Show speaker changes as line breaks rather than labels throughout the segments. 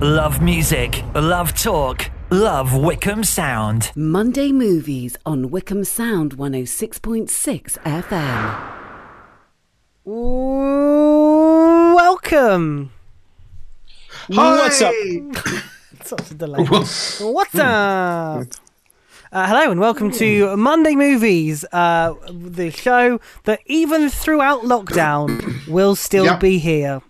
Love music, love talk, love Wickham Sound.
Monday Movies on Wickham Sound 106.6 FM.
Ooh, welcome.
Hi, what's up?
Such a delay. What's up? Uh, hello and welcome to Monday Movies, uh, the show that even throughout lockdown will still
Yeah.
be here.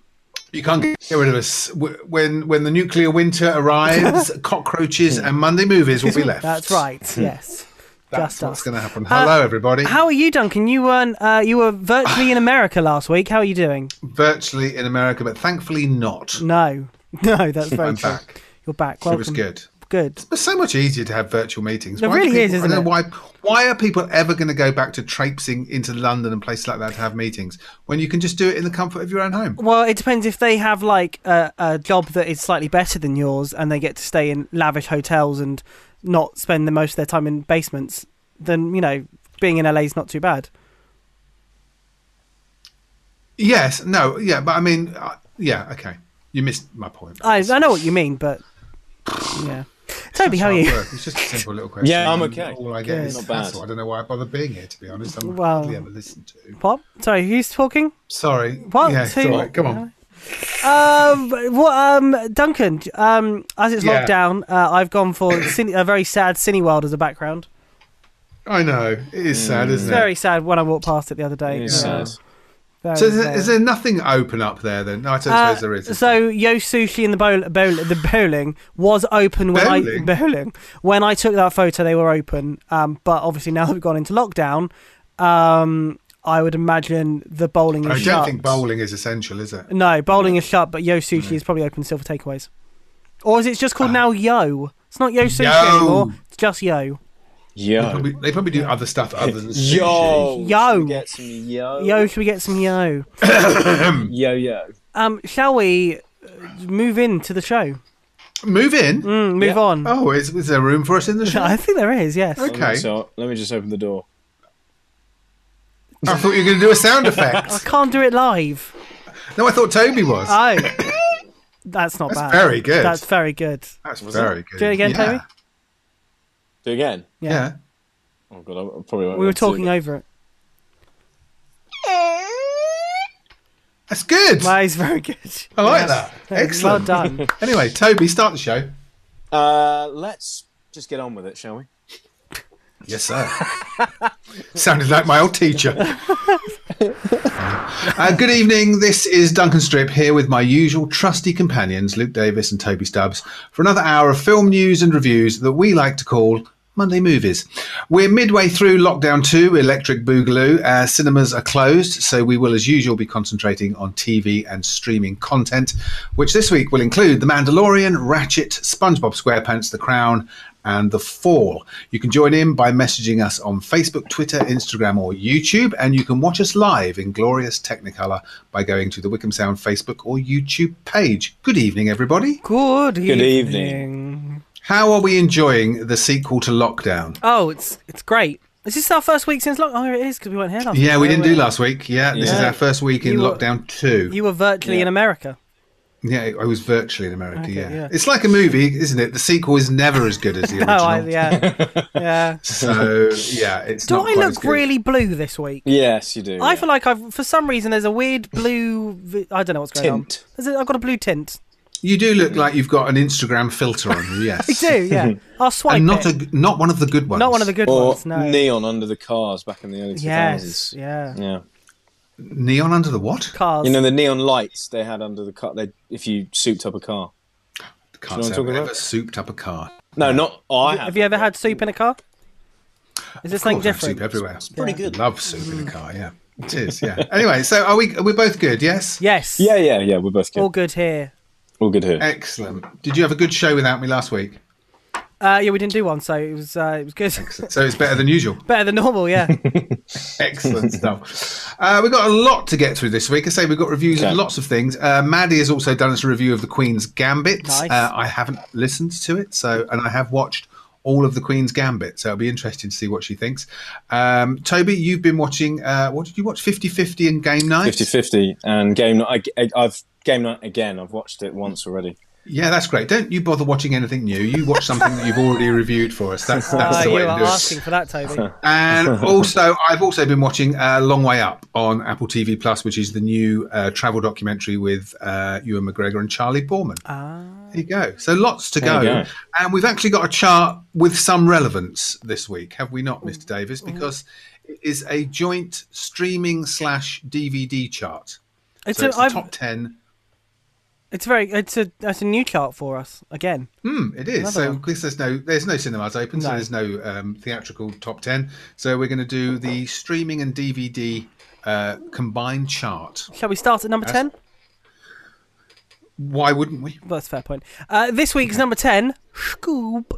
You can't get rid of us. W- When when the nuclear winter arrives, cockroaches and Monday movies will be left.
That's right. Yes,
That's
just us.
what's
Uh,
going to happen. Hello, everybody.
How are you, Duncan? You weren't. Uh, you were virtually in America last week. How are you doing?
Virtually in America, but thankfully not.
No, no, Mm, that's very
I'm
true.
back.
You're back.
It
Welcome.
was good.
Good.
It's so much easier to have virtual meetings.
There
do
really is,
people-
isn't
I don't
it?
know Why, why are people ever going to go back to traipsing into London and places like that to have meetings when you can just do it in the comfort of your own home?
Well, it depends if they have like a, a job that is slightly better than yours, and they get to stay in lavish hotels and not spend the most of their time in basements. Then you know, being in LA is not too bad.
Yes. No. Yeah. But I mean, uh, yeah. Okay. You missed my point.
I I know what you mean, but yeah. Toby, how are you?
Work. It's just a simple little question.
Yeah, I'm
and
okay.
All I get
Good.
is
Not bad.
hassle. I don't know why I bother being here, to be honest. I'm
Well-
hardly ever listened to.
What? Sorry, who's talking?
Sorry.
What?
Yeah, it's
Two- uh,
all right. Come on.
Um, what? Um, Duncan. Um, as it's
Yeah.
locked down, uh, I've gone for cine- a very sad Cineworld as a background.
I know. It is sad, isn't
Very
it?
sad when I walked past it the other day.
It
Yeah.
is sad.
Very
So is there,
sad.
is there nothing open up there then? No, I don't
Uh,
suppose there is. is there?
so Yo Sushi and the bowl, bowl the bowling was open when
Bowling?
I bowling when I took that photo they were open um, but obviously now that we've gone into lockdown um, I would imagine the bowling is
I don't
shut
think bowling is essential, is it?
no bowling is shut but Yo Sushi is probably open still for takeaways or is it just called now Yo it's not Yo Sushi
Ah. Yo.
anymore it's just Yo
They
Yo.
probably, they probably do other stuff other than sushi.
Yo.
Yo.
Should we Get some yo.
Yo should we get some Yo
Yo, yo.
um, shall we uh, move into the show
Move in.
Mm, move
Yeah.
on
Oh, is, is there room for us in the show?
I think there is yes
Okay.
So let me just open the door.
I thought you were going to do a sound
I
effect.
can't do it live.
no, I thought Toby was.
Oh, that's not bad.
very good.
That's very good.
That's very good.
Do it again,
yeah.
Toby?
Do it again.
Yeah.
Yeah.
Oh god, I I probably won't.
We were
be able to do
talking
it.
over it.
That's good.
That is very good.
I like
Yes.
that.
Yes,
Excellent.
Well done.
Anyway, Toby, start the show.
Uh, let's just get on with it, shall we?
Yes, sir. Sounded like my old teacher. uh, good evening. This is Duncan Strip here with my usual trusty companions, Luke Davis and Toby Stubbs, for another hour of film news and reviews that we like to call Monday Movies. We're midway through lockdown two, Electric Boogaloo. Our cinemas are closed, so we will, as usual, be concentrating on TV and streaming content, which this week will include The Mandalorian, Ratchet, SpongeBob SquarePants, The Crown, and The Fall. You can join in by messaging us on Facebook, Twitter, Instagram, or YouTube, and you can watch us live in glorious Technicolor by going to the Wickham Sound Facebook or YouTube page. Good evening, everybody.
Good,
Good evening.
How are we enjoying the sequel to Lockdown?
Oh, it's it's great. Is this our first week since lockdown? Oh, it is because we weren't here last.
Yeah, we
week.
didn't do last week. Yeah, this is
Yeah.
our first week in
You were-
Lockdown 2.
You were virtually
Yeah.
in America.
yeah, I was virtually in America.
Okay,
yeah.
yeah.
It's like a movie, isn't it? The sequel is never as good as the original.
Oh, I, yeah, yeah.
So, yeah, it's
Do
not
I
quite as
look
good.
really blue this week?
Yes, you do.
I
yeah.
feel like I've, for some reason, there's a weird blue. vi- I don't know what's going
Tint.
on. There's a, I've got a blue tint.
You do look like you've got an Instagram filter on you, yes.
I do, yeah. I'll swipe
and not
it.
a not one of the good ones.
Not one of the good
or
ones. No.
neon under the cars back in the early 2000s.
Yes. Yeah.
Yeah.
neon under the what?
Cars.
You know the neon lights they had under the car. They if you souped up a car.
Can't
Do
say
you know what I'm
I've
talking
ever
about?
souped up a car.
No, not oh, I
Have you ever had soup in a car? Is this something
Of course I have
different? Mm.
Soup everywhere.
pretty good.
Love soup in a car. Yeah, it is. Yeah. anyway, so are we? Are we both good? Yes.
Yes.
Yeah, yeah, yeah. We're both good.
All
All,
good here.
good here.
Excellent. Did you have a good show without me last week?
Uh, yeah, we didn't do one, so it was uh, it was good.
So it's better than usual.
Better than normal, yeah.
Excellent stuff. Uh, we've got a lot to get through this week. I say we've got reviews
Okay.
of lots of things. Uh, Maddie has also done us a review of the Queen's Gambit.
Nice.
Uh, I haven't listened to it, so and I have watched all of the Queen's Gambit, so it'll be interesting to see what she thinks. Um, Toby, you've been watching. Uh, what did you watch? 50-50 and Game Night.
50-50 and game night. I, have game night again. I've watched it once already.
Yeah, that's great. Don't you bother watching anything new. You watch something that you've already reviewed for us. That's that's
Uh,
the
you
way to
are
do it.
asking for that, Toby.
And also, I've also been watching uh, Long Way Up on Apple TV Plus, which is the new uh, travel documentary with uh, Ewan McGregor and Charlie Borman. There you go. So lots to go.
There you go.
and we've actually got a chart with some relevance this week, have we not, Mr. Davis? Because it is a joint streaming slash DVD chart.
It's,
So
a,
it's the
I've-
top ten.
it's very. It's a. That's a new chart for us again.
Hmm, it is. So because there's no there's no cinemas open, so
No.
there's no um, theatrical top ten. So we're going to do the streaming and DVD uh, combined chart.
Shall we start at number ten?
Why wouldn't we?
Well, that's a fair point. Uh, this week's number ten. Scoop.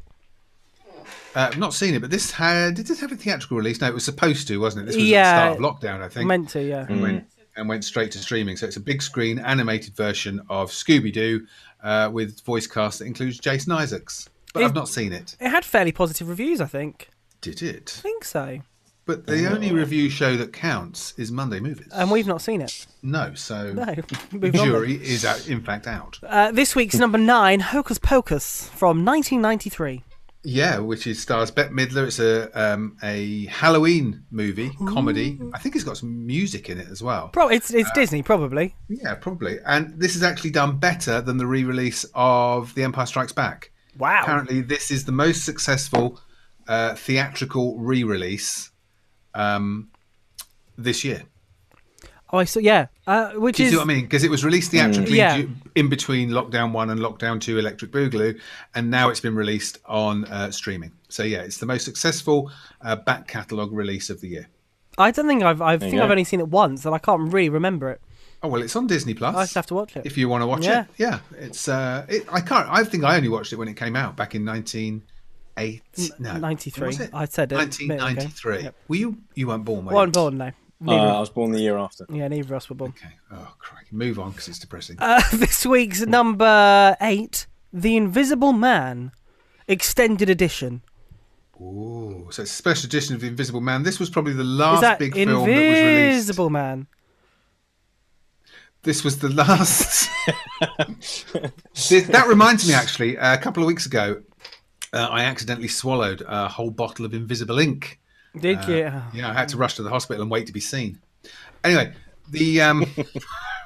Uh, I've not seen it, but this had did this have a theatrical release? No, it was supposed to, wasn't it? This was
Yeah.
at the start of lockdown, I think.
Meant to. Yeah.
and, went, and went straight to streaming. So it's a big screen animated version of Scooby Doo uh, with voice cast that includes Jason Isaacs. But I've not seen it.
It had fairly positive reviews. I think.
Did it?
I think so.
But the only review show that counts is Monday Movies.
And we've not seen it.
no, so
No.
the
Move on.
jury is out, in fact out.
Uh, this week's
Mm.
number nine. Hocus Pocus from 1993.
Yeah, which is stars Bette Midler. It's a um, a Halloween movie comedy. I think it's got some music in it as well.
Bro, it's
Uh.
it's Disney probably.
Yeah, probably. And this is actually done better than the re-release of The Empire Strikes Back.
Wow.
Apparently, this is the most successful uh, theatrical re-release um, this year.
Oh, I saw. Yeah. Uh, which
Do you
is.
see what I mean? Because it was released theatrically
Mm. Yeah.
du- in between Lockdown One and Lockdown Two, Electric Boogaloo, and now it's been released on uh, streaming. So yeah, it's the most successful uh, back catalogue release of the year.
I don't think I've. I think
go.
I've only seen it once, and I can't really remember it.
Oh well, it's on Disney Plus.
I just have to watch it.
if you want to watch
Yeah.
it. Yeah, it's. uh it, I can't. I think I only watched it when it came out back in nineteen eighty. No,
93.
Was it?
I said it a minute ago.
nineteen ninety three. Were you? You weren't born. Were you?
One born no.
Uh,
Neither.
I was born the year after.
yeah, neither of us were born.
Okay. Oh, crikey. Move on because it's depressing.
Uh, this week's number eight, The Invisible Man, extended edition.
Ooh, so it's a special edition of the Invisible Man. This was probably the last
Is that
big film that was released.
Invisible Man?
This was the last. This- that reminds me, actually, a couple of weeks ago, uh, I accidentally swallowed a whole bottle of invisible ink.
Did you?
Uh,
Oh,
Yeah, I had to rush to the hospital and wait to be seen. Anyway, the um,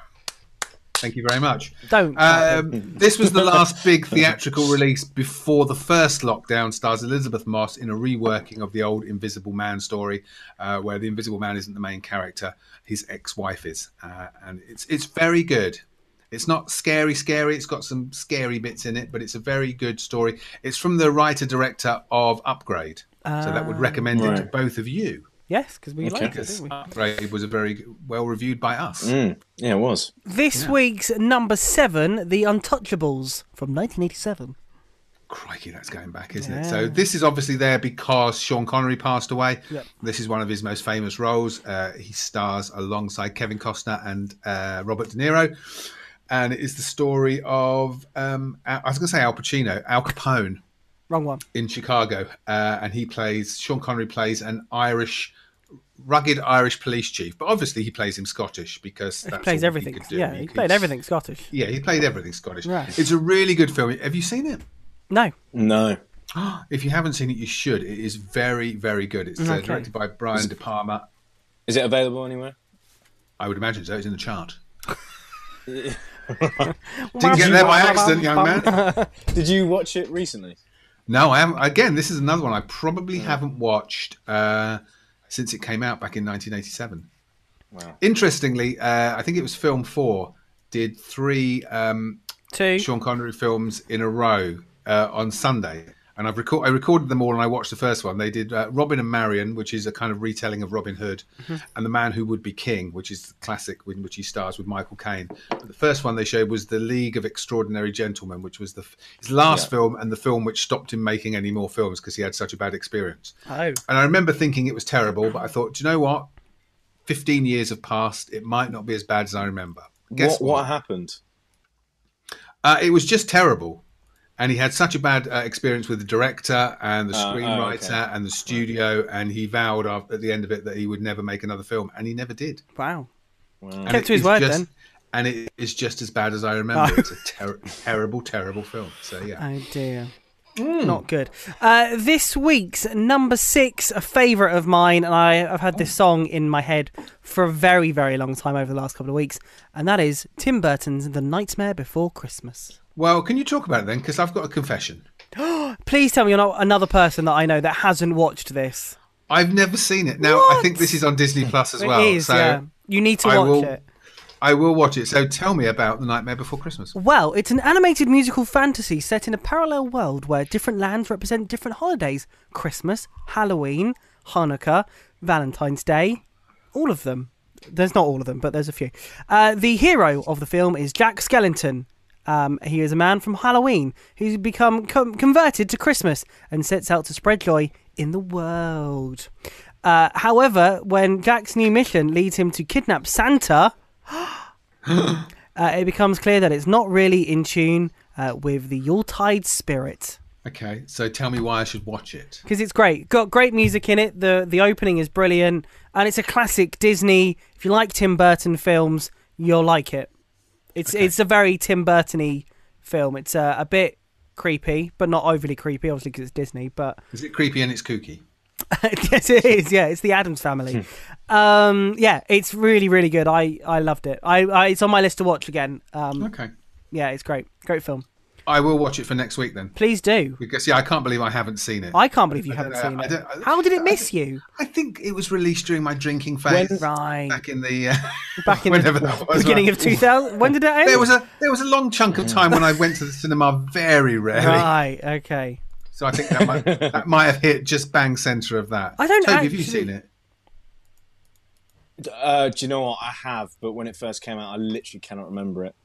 thank you very much.
Don't.
Um, this was the last big theatrical release before the first lockdown. Stars Elizabeth Moss in a reworking of the old Invisible Man story, uh, where the Invisible Man isn't the main character; his ex-wife is, uh, and it's it's very good. It's not scary, scary. It's got some scary bits in it, but it's a very good story. It's from the writer director of Upgrade, so that would recommend it to
Right.
both of you.
yes, because we liked it,
Because
didn't we?
Upgrade was a very well reviewed by us.
Hmm. Yeah, it was.
This week's number seven, The Untouchables from 1987.
Crikey, that's going back, isn't it? So this is obviously there because Sean Connery passed away. This is one of his most famous roles. Uh, he stars alongside Kevin Costner and uh, Robert De Niro, and it is the story of um, Al- I was going to say Al Pacino, Al Capone
Wrong one.
in Chicago, uh, and he plays Sean Connery plays an Irish, rugged Irish police chief, but obviously he plays him Scottish because that's
He plays
all
everything.
He could do.
yeah, he played
could-
everything Scottish.
Yeah, he played everything Scottish.
Right.
It's a really good film. Have you seen it?
No.
No.
If you haven't seen it, you should. It is very, very good. It's uh, directed by Brian De Palma.
Is it available anywhere?
I would imagine so. It's in the chart. Didn't get there by accident, young man.
Did you watch it recently?
No, I haven't. Again, this is another one I probably haven't watched uh, since it came out back in 1987.
Wow.
Interestingly, uh, I think it was film four did three um,
Two.
Sean Connery films in a row uh, on Sunday, and I've record I recorded them all, and I watched the first one. They did uh, Robin and Marion, which is a kind of retelling of Robin Hood,
Mm-hmm.
and The Man Who Would Be King, which is the classic in which he stars with Michael Caine. But the first one they showed was The League of Extraordinary Gentlemen, which was the f- his last film and the film which stopped him making any more films because he had such a bad experience.
Oh.
And I remember thinking it was terrible, but I thought, do you know what? Fifteen years have passed. It might not be as bad as I remember. Guess
What, what happened?
uh, it was just terrible. And he had such a bad uh, experience with the director and the screenwriter
okay.
and the studio, and he vowed af- at the end of it that he would never make another film, and he never did.
Wow.
And
Kept
it
to his
is
word
just
then.
and it is just as bad as I remember. it's a ter- terrible, terrible film. So yeah,
Oh dear.
Hmm.
Not good. Uh, this week's number six, a favourite of mine, and I, I've had this song in my head for a very, very long time over the last couple of weeks, and that is Tim Burton's The Nightmare Before Christmas.
well, can you talk about it then? Because I've got a confession.
Please tell me you're not another person that I know that hasn't watched this.
I've never seen it. Now I think this is on Disney Plus as well.
it is,
so
yeah. You need to
I
watch
will-
it.
I will watch it. So tell me about The Nightmare Before Christmas.
Well, it's an animated musical fantasy set in a parallel world where different lands represent different holidays Christmas, Halloween, Hanukkah, Valentine's Day. All of them. There's not all of them, but there's a few. Uh, the hero of the film is Jack Skellington. Um, he is a man from Halloween who's become com- converted to Christmas and sets out to spread joy in the world. Uh, however, when Jack's new mission leads him to kidnap Santa, uh, it becomes clear that it's not really in tune uh, with the Yuletide spirit.
Okay, so tell me why I should watch it.
Because it's great. Got great music in it. The the opening is brilliant. And it's a classic Disney. If you like Tim Burton films, you'll like it. It's it's a very Tim Burton y film. It's uh, a bit creepy, but not overly creepy, obviously, because it's Disney. But
Is it creepy and it's kooky?
yes, it is. Yeah, it's the Adams Family. um, yeah, it's really, really good. I, I loved it. I, I It's on my list to watch again. Um,
Okay,
yeah, it's great. Great film.
I will watch it for next week then.
Please do.
Because yeah, I can't believe I haven't seen it.
I can't believe you
I
haven't
don't
seen
know. I
it.
don't- I-
How did it
I
miss you?
I think it was released during my drinking phase.
When-
Right.
Back in the uh,
Back in
whenever
the
that was,
beginning
right?
of 2000. When did it end?
There was a there was a long chunk of time when I went to the cinema very rarely,
Right, okay.
so I think that might, that might have hit just bang centre of that.
I don't
Toby, have you
actually-
seen it?
Uh, do you know what? I have, but when it first came out, I literally cannot remember it.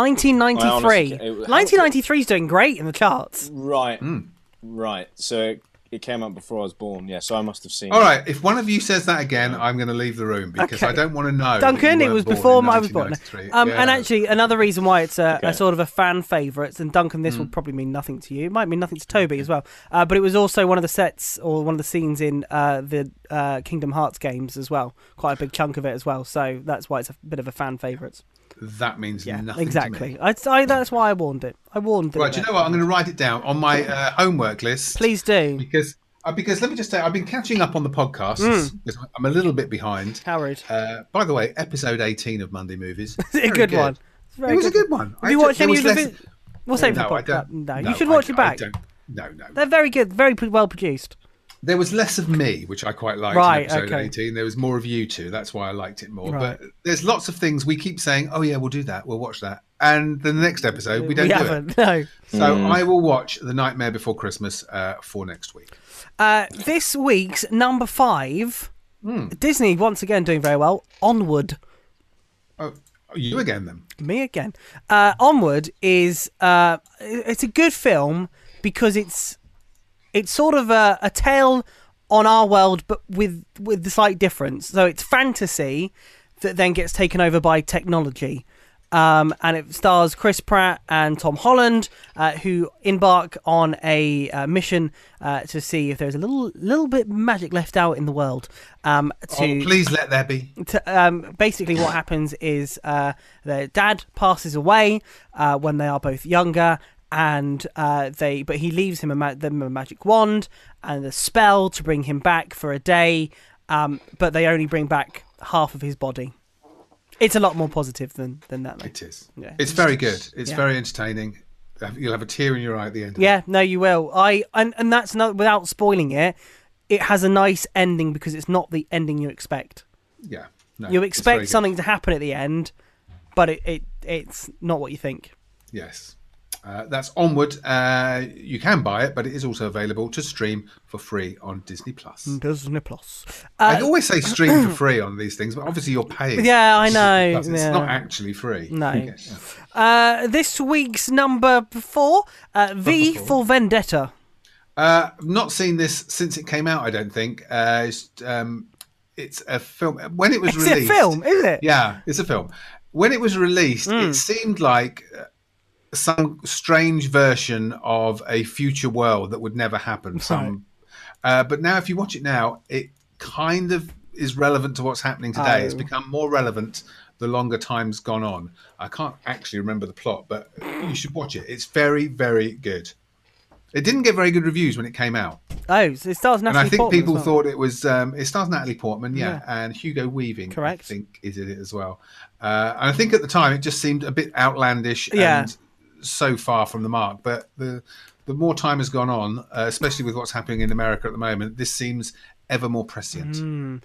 I
1993.
honestly ca- it was-
1993 is doing great in the charts.
Right,
Hmm.
right. So it, it came out before I was born. Yeah, so I must have seen.
All
it.
right, if one of you says that again, I'm going to leave the room because
Okay.
I don't want to know. that
Duncan,
you
it
weren't
was
born
before
in
I was born.
1993.
Um,
Yeah.
And actually, another reason why it's a, a
Okay.
sort of a fan favourite, and Duncan, this will
Mm.
probably mean nothing to you. It might mean nothing to Toby as well. Uh, but it was also one of the sets or one of the scenes in uh, the uh, Kingdom Hearts games as well. Quite a big chunk of it as well. So that's why it's a bit of a fan favourite.
that means nothing. To
Exactly.
me.
I, I, that's why I warned it. I warned it.
Right, do you know what? I'm going to write it down on my uh, homework list.
Please do.
because uh, because let me just say, I've been catching up on the podcasts.
Hmm.
because I'm a little bit behind.
Howard.
Uh, by the way, episode 18 of Monday Movies.
a
Very
good one. It's a very
it was
good
a good one.
Have you
ju-
watched
there
any
was
of the
less-
vi- We'll save
No,
the
I
podcast.
don't.
No,
no,
you should
I-
watch it
I
back.
don't- No, no.
They're very good, very p- well produced.
There was less of me, which I quite liked
Right,
in episode
okay.
18. There was more of you two. That's why I liked it more.
Right.
But there's lots of things we keep saying, oh, yeah, we'll do that. We'll watch that. And then the next episode, we don't do it.
haven't. No.
So I will watch The Nightmare Before Christmas uh, for next week.
Uh, this week's number five.
Hmm.
Disney once again doing very well. Onward,
Oh, you again, then.
me again. Uh, Onward is uh, it- it's a good film because it's it's sort of a, a tale on our world, but with with the slight difference. So it's fantasy that then gets taken over by technology, um, and it stars Chris Pratt and Tom Holland, uh, who embark on a uh, mission uh, to see if there's a little little bit of magic left out in the world. Um, to
Oh, please let there be.
to, um, basically what happens is uh, their dad passes away uh, when they are both younger and uh, they but he leaves him a, ma- them a magic wand and a spell to bring him back for a day um, but they only bring back half of his body it's a lot more positive than than that though.
It is.
Yeah.
It's very good. It's
Yeah.
very entertaining. You'll have a tear in your eye at the end. of it.
yeah no you will i and, and that's not without spoiling it it has a nice ending because it's not the ending you expect
Yeah. No,
you
it's
expect
very good.
something to happen at the end but it, it it's not what you think
Yes. Uh, that's Onward. Uh, you can buy it, but it is also available to stream for free on Disney Plus.
Disney Plus.
I always say stream for free on these things, but obviously you're paying.
Uh, Yeah, I
Disney
know,
Plus. It's
yeah.
not actually free.
No.
Yeah.
Uh, this week's number four, uh, V for Vendetta.
Uh, I've not seen this since it came out. I don't think. Uh, it's, um, it's a film. When it was
It's
released,
a film, is it? Hmm.
Yeah, it's a film. When it was released, it seemed like uh, some strange version of a future world that would never happen. Some, uh, but now if you
Oh.
watch it now, it kind of is relevant to what's happening today. It's become more relevant the longer time's gone on. I can't actually remember the plot, but you should watch it. It's very, very good. It didn't get very good reviews when it came out,
Oh, so it stars
and
Natalie
I think
Portman as
people
well.
thought it was. Um, it stars Natalie Portman, yeah,
Yeah.
and Hugo Weaving,
Correct.
I think is in it as well. Uh, and I think at the time it just seemed a bit outlandish
Yeah.
and so far from the mark. But the the more time has gone on, uh, especially with what's happening in America at the moment, this seems ever more prescient.
Mm.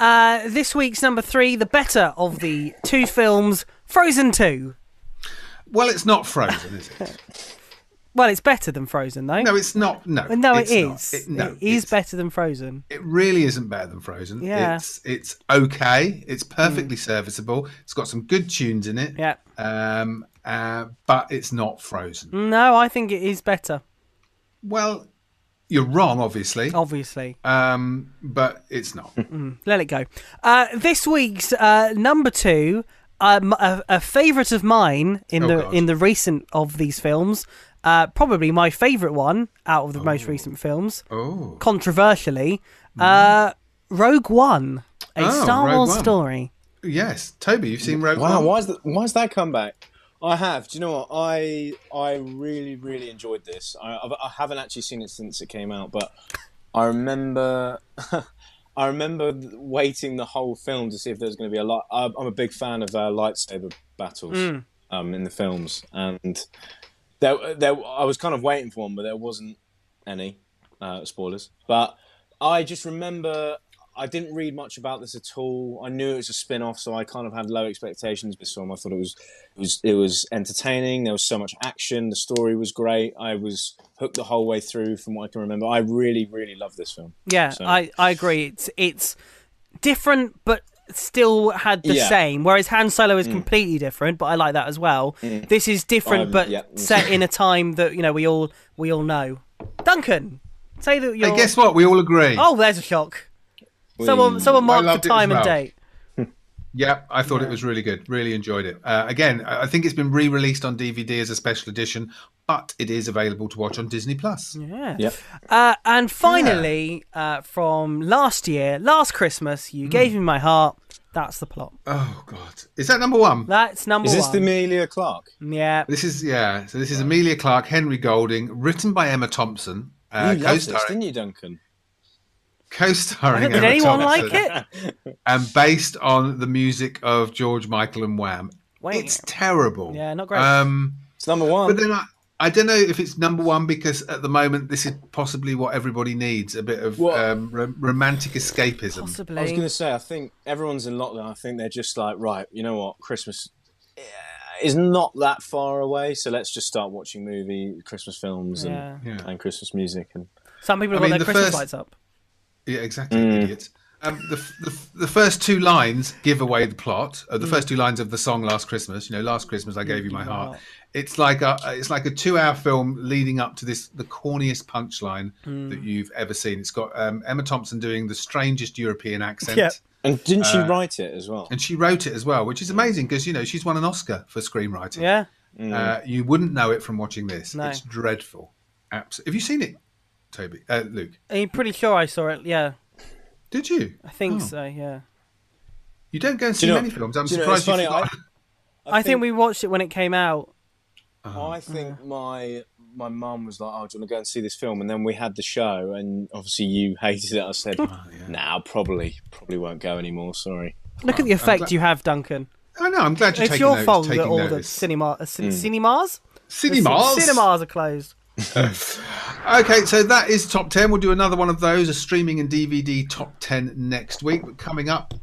Uh, this week's number three, the better of the two films, Frozen Two.
Well, it's not Frozen, is it?
Well, it's better than Frozen though.
No, it's not. No,
no, it
it's not.
is.
It- no,
it is
it's-
better than Frozen.
it really isn't better than Frozen.
Yeah. Mm.
It's it's okay. It's perfectly serviceable. It's got some good tunes in it.
Yeah.
Um uh, but it's not Frozen.
No, I think it is better.
Well, you're wrong obviously.
Oh. Obviously,
Um but it's not.
let it go. Uh, this week's uh, number two, um, a, a favourite of mine in
Oh,
the
God.
in the recent of these films, uh, probably my favourite one out of the most recent films.
oh. Mm-hmm.
Controversially, uh, Rogue One, a
Oh,
Star
Rogue
Wars
One.
story.
Yes. Toby, you've seen Rogue
Wow,
One?
why's that? Why's that come back? I have. Do you know what? I I really really enjoyed this. I I've, I haven't actually seen it since it came out, but I remember I remember waiting the whole film to see if there was going to be a lot. I'm I'm a big fan of uh, lightsaber battles um, in the films, and there, there I was kind of waiting for one, but there wasn't any uh, spoilers. But I just remember I didn't read much about this at all. I knew it was a spin-off, so I kind of had low expectations with this film. I thought it was it was it was entertaining. There was so much action. The story was great. I was hooked the whole way through, from what I can remember. I really really loved this film.
Yeah,
So-
I, I agree. It's it's different, but still had the
Yeah. Mm.
same. Whereas Han Solo is completely different, but I like that as well. This is different,
Um,
but
yeah.
set in a time that you know we all we all know. Duncan, say that you're.
Hey, guess what? We all agree.
Oh, there's a shock. Someone
We-
someone marked
loved
the
it as
time and
well.
date.
Yeah, I thought it was really good. Really enjoyed it. Uh, again, I I think it's been re-released on DVD as a special edition, but it is available to watch on Disney Plus.
Yeah.
Yep.
Uh, and finally, uh, from last year, last Christmas,
Mm.
you gave me my heart. That's the plot.
Oh god. Is that number 1?
That's number
Is this
one.
the Amelia Clark?
yeah.
This is yeah. So this is Amelia Clark, Henry Golding, written by Emma Thompson, uh,
you loved this,
co-starring,
didn't you, Duncan?
co-starring
Did
Emma
anyone like
Thompson,
it?
and based on the music of George Michael and Wham.
Wait.
It's terrible.
Yeah, not great.
Um,
It's number one.
but then I, I don't know if it's number one because at the moment this is possibly what everybody needs—a bit of
What?
um, ro- romantic escapism.
I was
Possibly.
going to say, I think everyone's in lockdown. I think they're just like, right, you know what? Christmas eh, is not that far away, so let's just start watching movie Christmas films and,
Yeah. Yeah.
and Christmas music. And
Some people have
I
got their
mean, the
Christmas
first-
lights up.
Yeah, exactly,
Mm.
idiots. Um, the, f- the, f- the first two lines give away the plot. Uh, the
Mm.
first two lines of the song "Last Christmas," you know, "Last Christmas I gave you my heart." It's like a uh, it's like a two hour film leading up to this the corniest punchline
Mm.
that you've ever seen. It's got um, Emma Thompson doing the strangest European accent,
Yep.
and didn't she
Uh,
write it as well?
and she wrote it as well, which is amazing because you know she's won an Oscar for screenwriting.
Yeah.
Uh, you wouldn't know it from watching this.
No.
It's dreadful. Abs- Have you seen it, Toby? Uh, Luke,
I'm pretty sure I saw it. Yeah.
did you?
I think
Oh.
so. Yeah.
You don't go and
Do
see
you know-
many films. I'm
do you know,
surprised
it's funny,
you forgot.
I think, we watched it when it came out.
uh-huh.
I think my my mum was like, "Oh, do you want to go and see this film?" And then we had the show, and obviously you hated it. I said,
Oh,
"Nah, probably probably won't go anymore. Sorry."
Oh,
Look at the effect
glad-
you have, Duncan.
I know. I'm glad you're
It's
taking
your
notice,
fault that
taking
all the
notice.
cinema, uh, cin- cinemas, The cin-
cinemas.
cinemas are closed.
Okay, so that is top ten. We'll do another one of those, a streaming and DVD top ten next week. But coming up,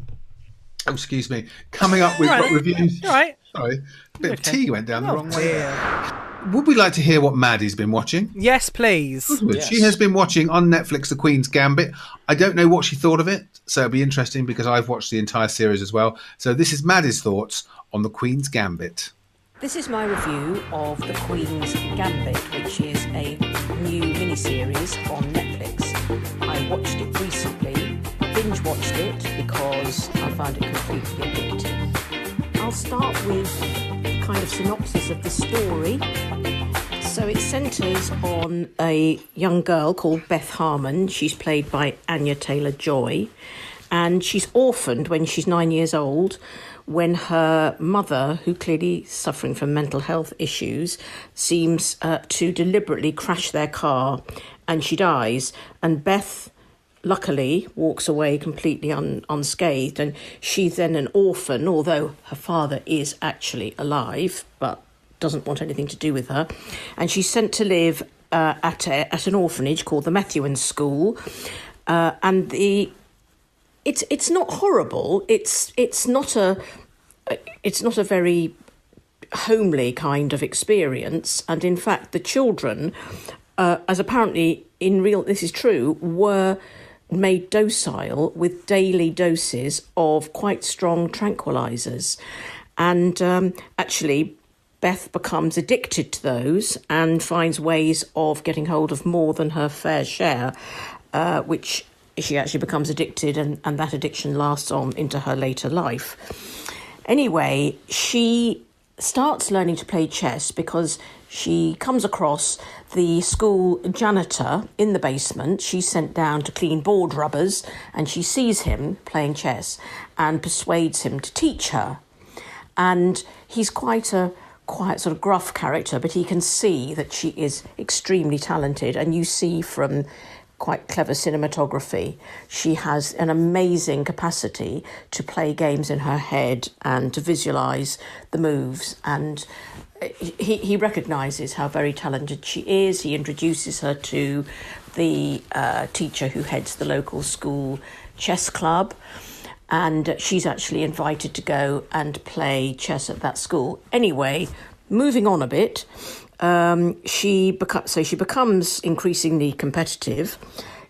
oh, excuse me, coming up we've got
Right.
reviews.
All right.
Sorry, a bit of
okay.
tea went down the
Oh,
wrong way.
dear.
Would we like to hear what Maddie's been watching?
Yes, please.
She has been watching on Netflix The Queen's Gambit. I don't know what she thought of it, so it'll be interesting because I've watched the entire series as well. So this is Maddie's thoughts on The Queen's Gambit.
This is my review of The Queen's Gambit, which is a new miniseries on Netflix. I watched it recently, binge watched it because I found it completely addictive. I'll start with a kind of synopsis of the story. So it centres on a young girl called Beth Harmon. She's played by Anya Taylor Joy. And she's orphaned when she's nine years old when her mother, who clearly suffering from mental health issues, seems uh, to deliberately crash their car and she dies. And Beth luckily walks away completely un- unscathed and she's then an orphan although her father is actually alive but doesn't want anything to do with her and she's sent to live uh, at, a, at an orphanage called the Methuen School uh, and the it's it's not horrible it's it's not a it's not a very homely kind of experience. And in fact, the children, uh, as apparently in real, this is true, were made docile with daily doses of quite strong tranquilizers. And um, actually, Beth becomes addicted to those and finds ways of getting hold of more than her fair share, uh, which she actually becomes addicted, and, and that addiction lasts on into her later life. Anyway, she starts learning to play chess because she comes across the school janitor in the basement. She's sent down to clean board rubbers and she sees him playing chess and persuades him to teach her. And he's quite a quite sort of gruff character, but he can see that she is extremely talented. And you see from quite clever cinematography. She has an amazing capacity to play games in her head and to visualize the moves. And uh, he, he recognizes how very talented she is. He introduces her to the uh, teacher who heads the local school chess club. And uh, she's actually invited to go and play chess at that school. Anyway, moving on a bit, um, she beco- so she becomes increasingly competitive.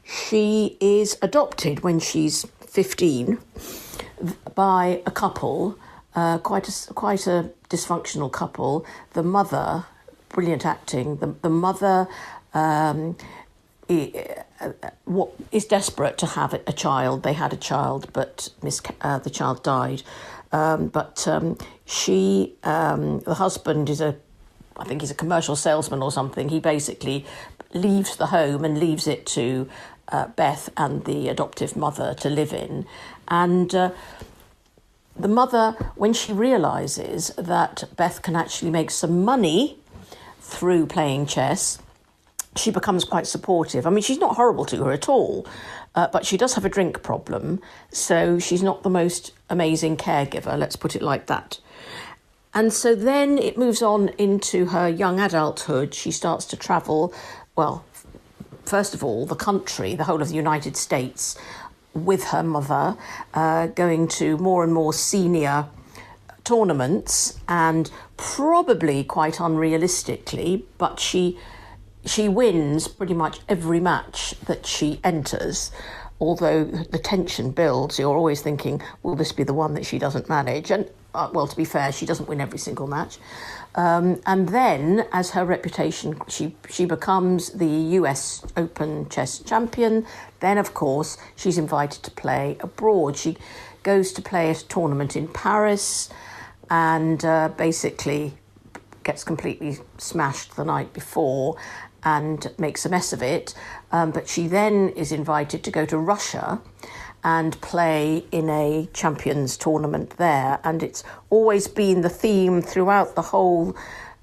She is adopted when she's fifteen th- by a couple, uh, quite a s- quite a dysfunctional couple. The mother, brilliant acting. The the mother. Um, i- uh, what is desperate to have a a child. They had a child, but mis- uh, the child died. Um, but um, she, um, the husband is a I think he's a commercial salesman or something. He basically leaves the home and leaves it to uh, Beth and the adoptive mother to live in. And uh, the mother, when she realizes that Beth can actually make some money through playing chess, she becomes quite supportive. I mean, she's not horrible to her at all, uh, but she does have a drink problem, so she's not the most amazing caregiver, let's put it like that. And so then it moves on into her young adulthood. She starts to travel, well, f- first of all, the country, the whole of the United States, with her mother, uh, going to more and more senior tournaments and probably quite unrealistically, but she she wins pretty much every match that she enters. Although the tension builds, you're always thinking, will this be the one that she doesn't manage? And uh, well, to be fair, she doesn't win every single match. Um, and then, as her reputation, she she becomes the U.S. Open chess champion. Then, of course, she's invited to play abroad. She goes to play at a tournament in Paris, and uh, basically gets completely smashed the night before and makes a mess of it. Um, but she then is invited to go to Russia and play in a champions tournament there. And it's always been the theme throughout the whole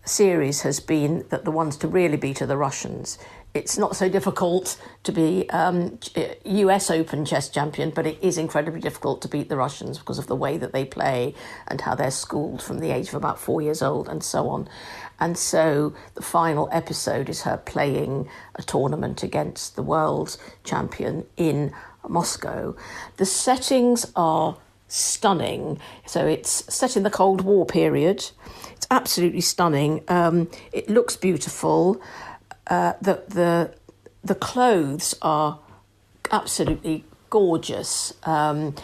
series has been that the ones to really beat are the Russians. It's not so difficult to be um, ch- US Open chess champion, but it is incredibly difficult to beat the Russians because of the way that they play and how they're schooled from the age of about four years old and so on. And so the final episode is her playing a tournament against the world champion in Moscow. The settings are stunning. So it's set in the Cold War period. It's absolutely stunning. Um, it looks beautiful. Uh, the the the clothes are absolutely gorgeous. Um,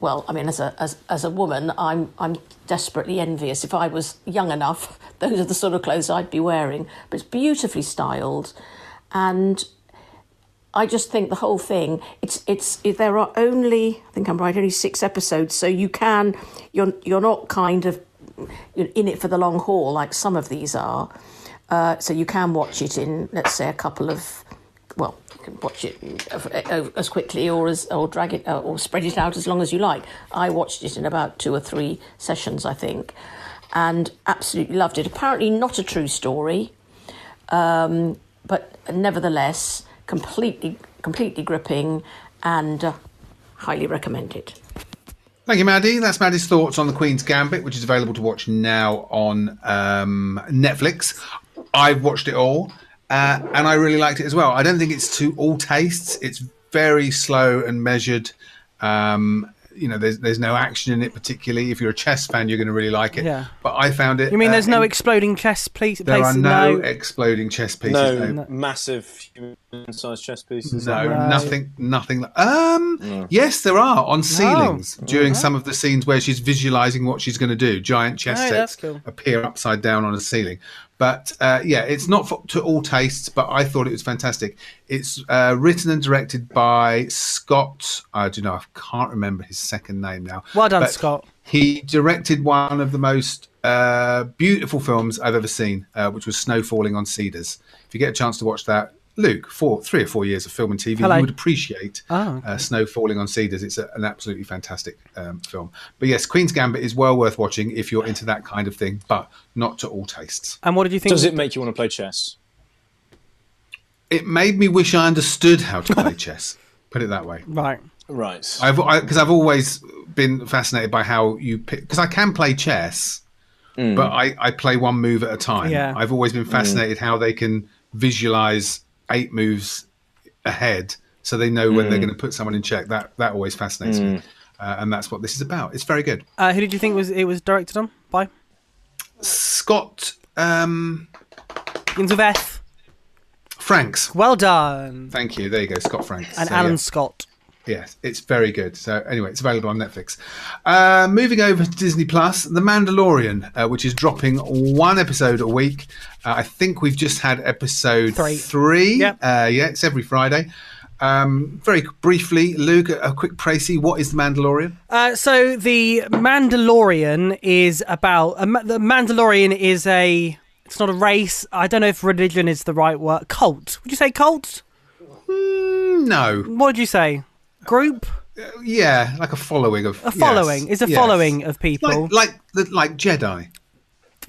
well, I mean, as a as, as a woman, I'm I'm desperately envious. If I was young enough, those are the sort of clothes I'd be wearing. But it's beautifully styled, and I just think the whole thing. It's it's it, there are only I think I'm right only six episodes, so you can you're you're not kind of you're in it for the long haul like some of these are. Uh, so you can watch it in let's say a couple of well, you can watch it uh, as quickly or as or drag it uh, or spread it out as long as you like. I watched it in about two or three sessions, I think, and absolutely loved it. Apparently, not a true story, um, but nevertheless, completely completely gripping, and uh, highly recommend it.
Thank you, Maddie. That's Maddie's thoughts on The Queen's Gambit, which is available to watch now on um, Netflix. I've watched it all, uh, and I really liked it as well. I don't think it's to all tastes. It's very slow and measured. Um, you know, there's there's no action in it particularly. If you're a chess fan, you're going to really like it.
Yeah.
But I found it.
You mean
uh,
there's no
in-
exploding chess place?
there are
places?
no, exploding chess pieces.
No,
no.
massive human-sized chess pieces.
No,
Right. Oh.
nothing, nothing. li- Um, yes, there are on ceilings during
Mm-hmm.
some of the scenes where she's visualizing what she's going to do. Giant chess
Oh, that's
sets
cool.
appear upside down on a ceiling. But uh, yeah, it's not for, to all tastes, but I thought it was fantastic. It's uh, written and directed by Scott. I do know. I can't remember his second name now.
Well done,
But
Scott.
He directed one of the most uh, beautiful films I've ever seen, uh, which was Snow Falling on Cedars. If you get a chance to watch that, Luke, four, three or four years of film and TV,
Hello.
you would appreciate uh, Snow Falling on Cedars. It's a, an absolutely fantastic um, film. But yes, Queen's Gambit is well worth watching if you're into that kind of thing, but not to all tastes.
And what did you think?
Does it make you want to play chess?
It made me wish I understood how to play chess. Put it that way.
right.
Right.
I've because I've always been fascinated by how you pick because I can play chess, but I, I play one move at a time.
Yeah.
I've always been fascinated how they can visualize eight moves ahead, so they know when they're going to put someone in check. That that always fascinates me, uh, and that's what this is about. It's very good.
Uh, who did you think was it was directed on? By
Scott um,
Begins with F.
Franks.
Well done.
Thank you. There you go, Scott Franks.
And
So,
Alan
yeah.
Scott.
Yes, it's very good. So anyway, it's available on Netflix. Uh, moving over to Disney Plus, The Mandalorian, uh, which is dropping one episode a week. Uh, I think we've just had episode
Three.
three.
Yep.
Uh, yeah, it's every Friday. Um, very briefly, Luke, a quick précis. What is The Mandalorian?
Uh, so the Mandalorian is about a ma- the Mandalorian is a it's not a race. I don't know if religion is the right word. Cult. Would you say cult?
No,
What would you say? Group?
yeah, like a following of
A following. It's a following of people.
like like, the, like Jedi.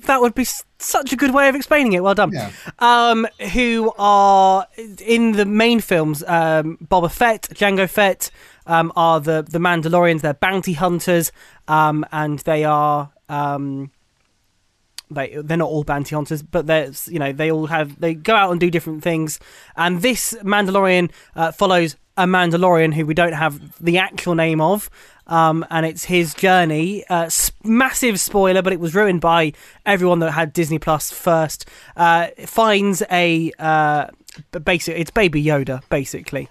that would be s- such a good way of explaining it. Well done.
Yeah.
Um, who are in the main films? Um, Boba Fett, Django Fett um, are the the Mandalorians. They're bounty hunters, um, and they are um, they they're not all bounty hunters, but they're you know they all have they go out and do different things. And this Mandalorian uh, follows a Mandalorian who we don't have the actual name of, um, and it's his journey. Uh, s- massive spoiler, but it was ruined by everyone that had Disney Plus first. Uh, finds a uh, b- basic it's Baby Yoda basically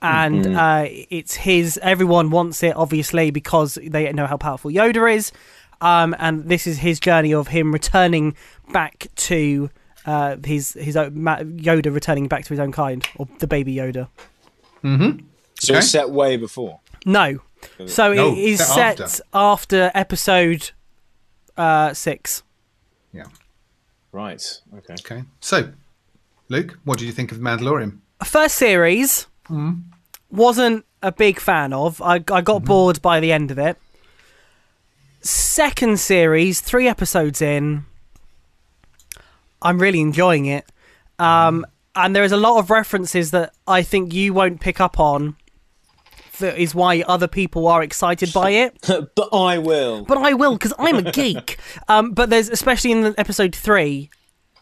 and
Mm-hmm.
uh, it's his. Everyone wants it, obviously, because they know how powerful Yoda is. Um, and this is his journey of him returning back to uh, his his own, Ma- Yoda returning back to his own kind, or the baby Yoda.
so
Okay.
it's set way before.
No, so
Uh, No,
it is
set
set
after.
after, episode uh, six.
Yeah.
Right. Okay.
Okay. So, Luke, what did you think of The Mandalorian?
first series wasn't a big fan of. I, I got bored by the end of it. Second series, three episodes in, I'm really enjoying it. Um, And there is a lot of references that I think you won't pick up on. That is why other people are excited by it
but I will.
but I will because I'm a geek. Um, but there's especially in episode three,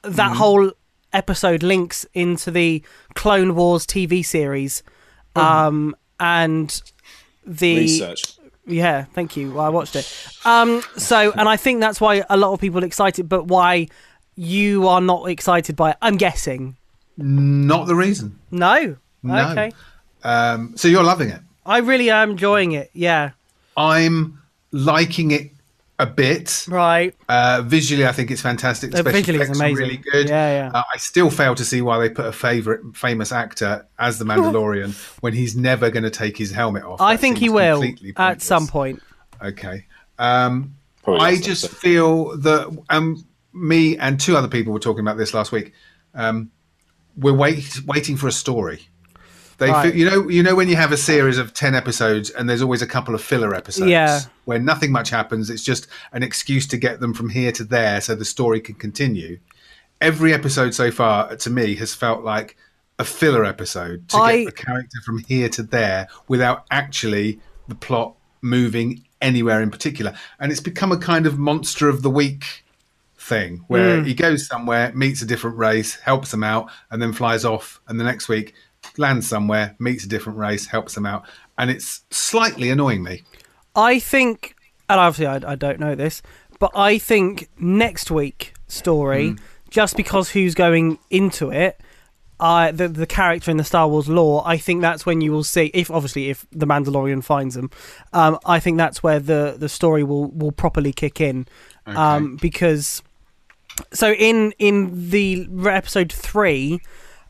that
Mm.
whole episode links into the Clone Wars TV series,
Mm.
um, and the
Research.
yeah, thank you. Well, I watched it. Um, so, and I think that's why a lot of people are excited, but why you are not excited by it? I'm guessing.
Not the reason.
No.
No.
Okay.
Um, so you're loving it.
I really am enjoying it. Yeah.
I'm liking it a bit.
Right.
Uh, visually, I think it's fantastic. The
Uh,
special
visually it's
effects are
amazing.
really good.
Yeah, yeah.
Uh, I still fail to see why they put a favorite famous actor as the Mandalorian when he's never going to take his helmet off.
I
That
think he
seems
will
completely
at
pointless.
some point.
Okay. Um,
Probably
I
last
just
episode.
feel that um, me and two other people were talking about this last week. Um, we're wait, waiting for a story. They,
Right.
fi- you know, you know when you have a series of ten episodes and there's always a couple of filler episodes
Yeah.
where nothing much happens. It's just an excuse to get them from here to there so the story can continue. Every episode so far, to me, has felt like a filler episode to
I-
get the character from here to there without actually the plot moving anywhere in particular. And it's become a kind of monster of the week thing
Hmm.
where he goes somewhere, meets a different race, helps them out, and then flies off. And the next week, lands somewhere, meets a different race, helps them out. And it's slightly annoying me.
I think, and obviously I, I don't know this, but I think next week story, just because who's going into it, I the the character in the Star Wars lore, I think that's when you will see if obviously if the Mandalorian finds them, um, I think that's where the the story will will properly kick in, um, because so in in the re- episode three,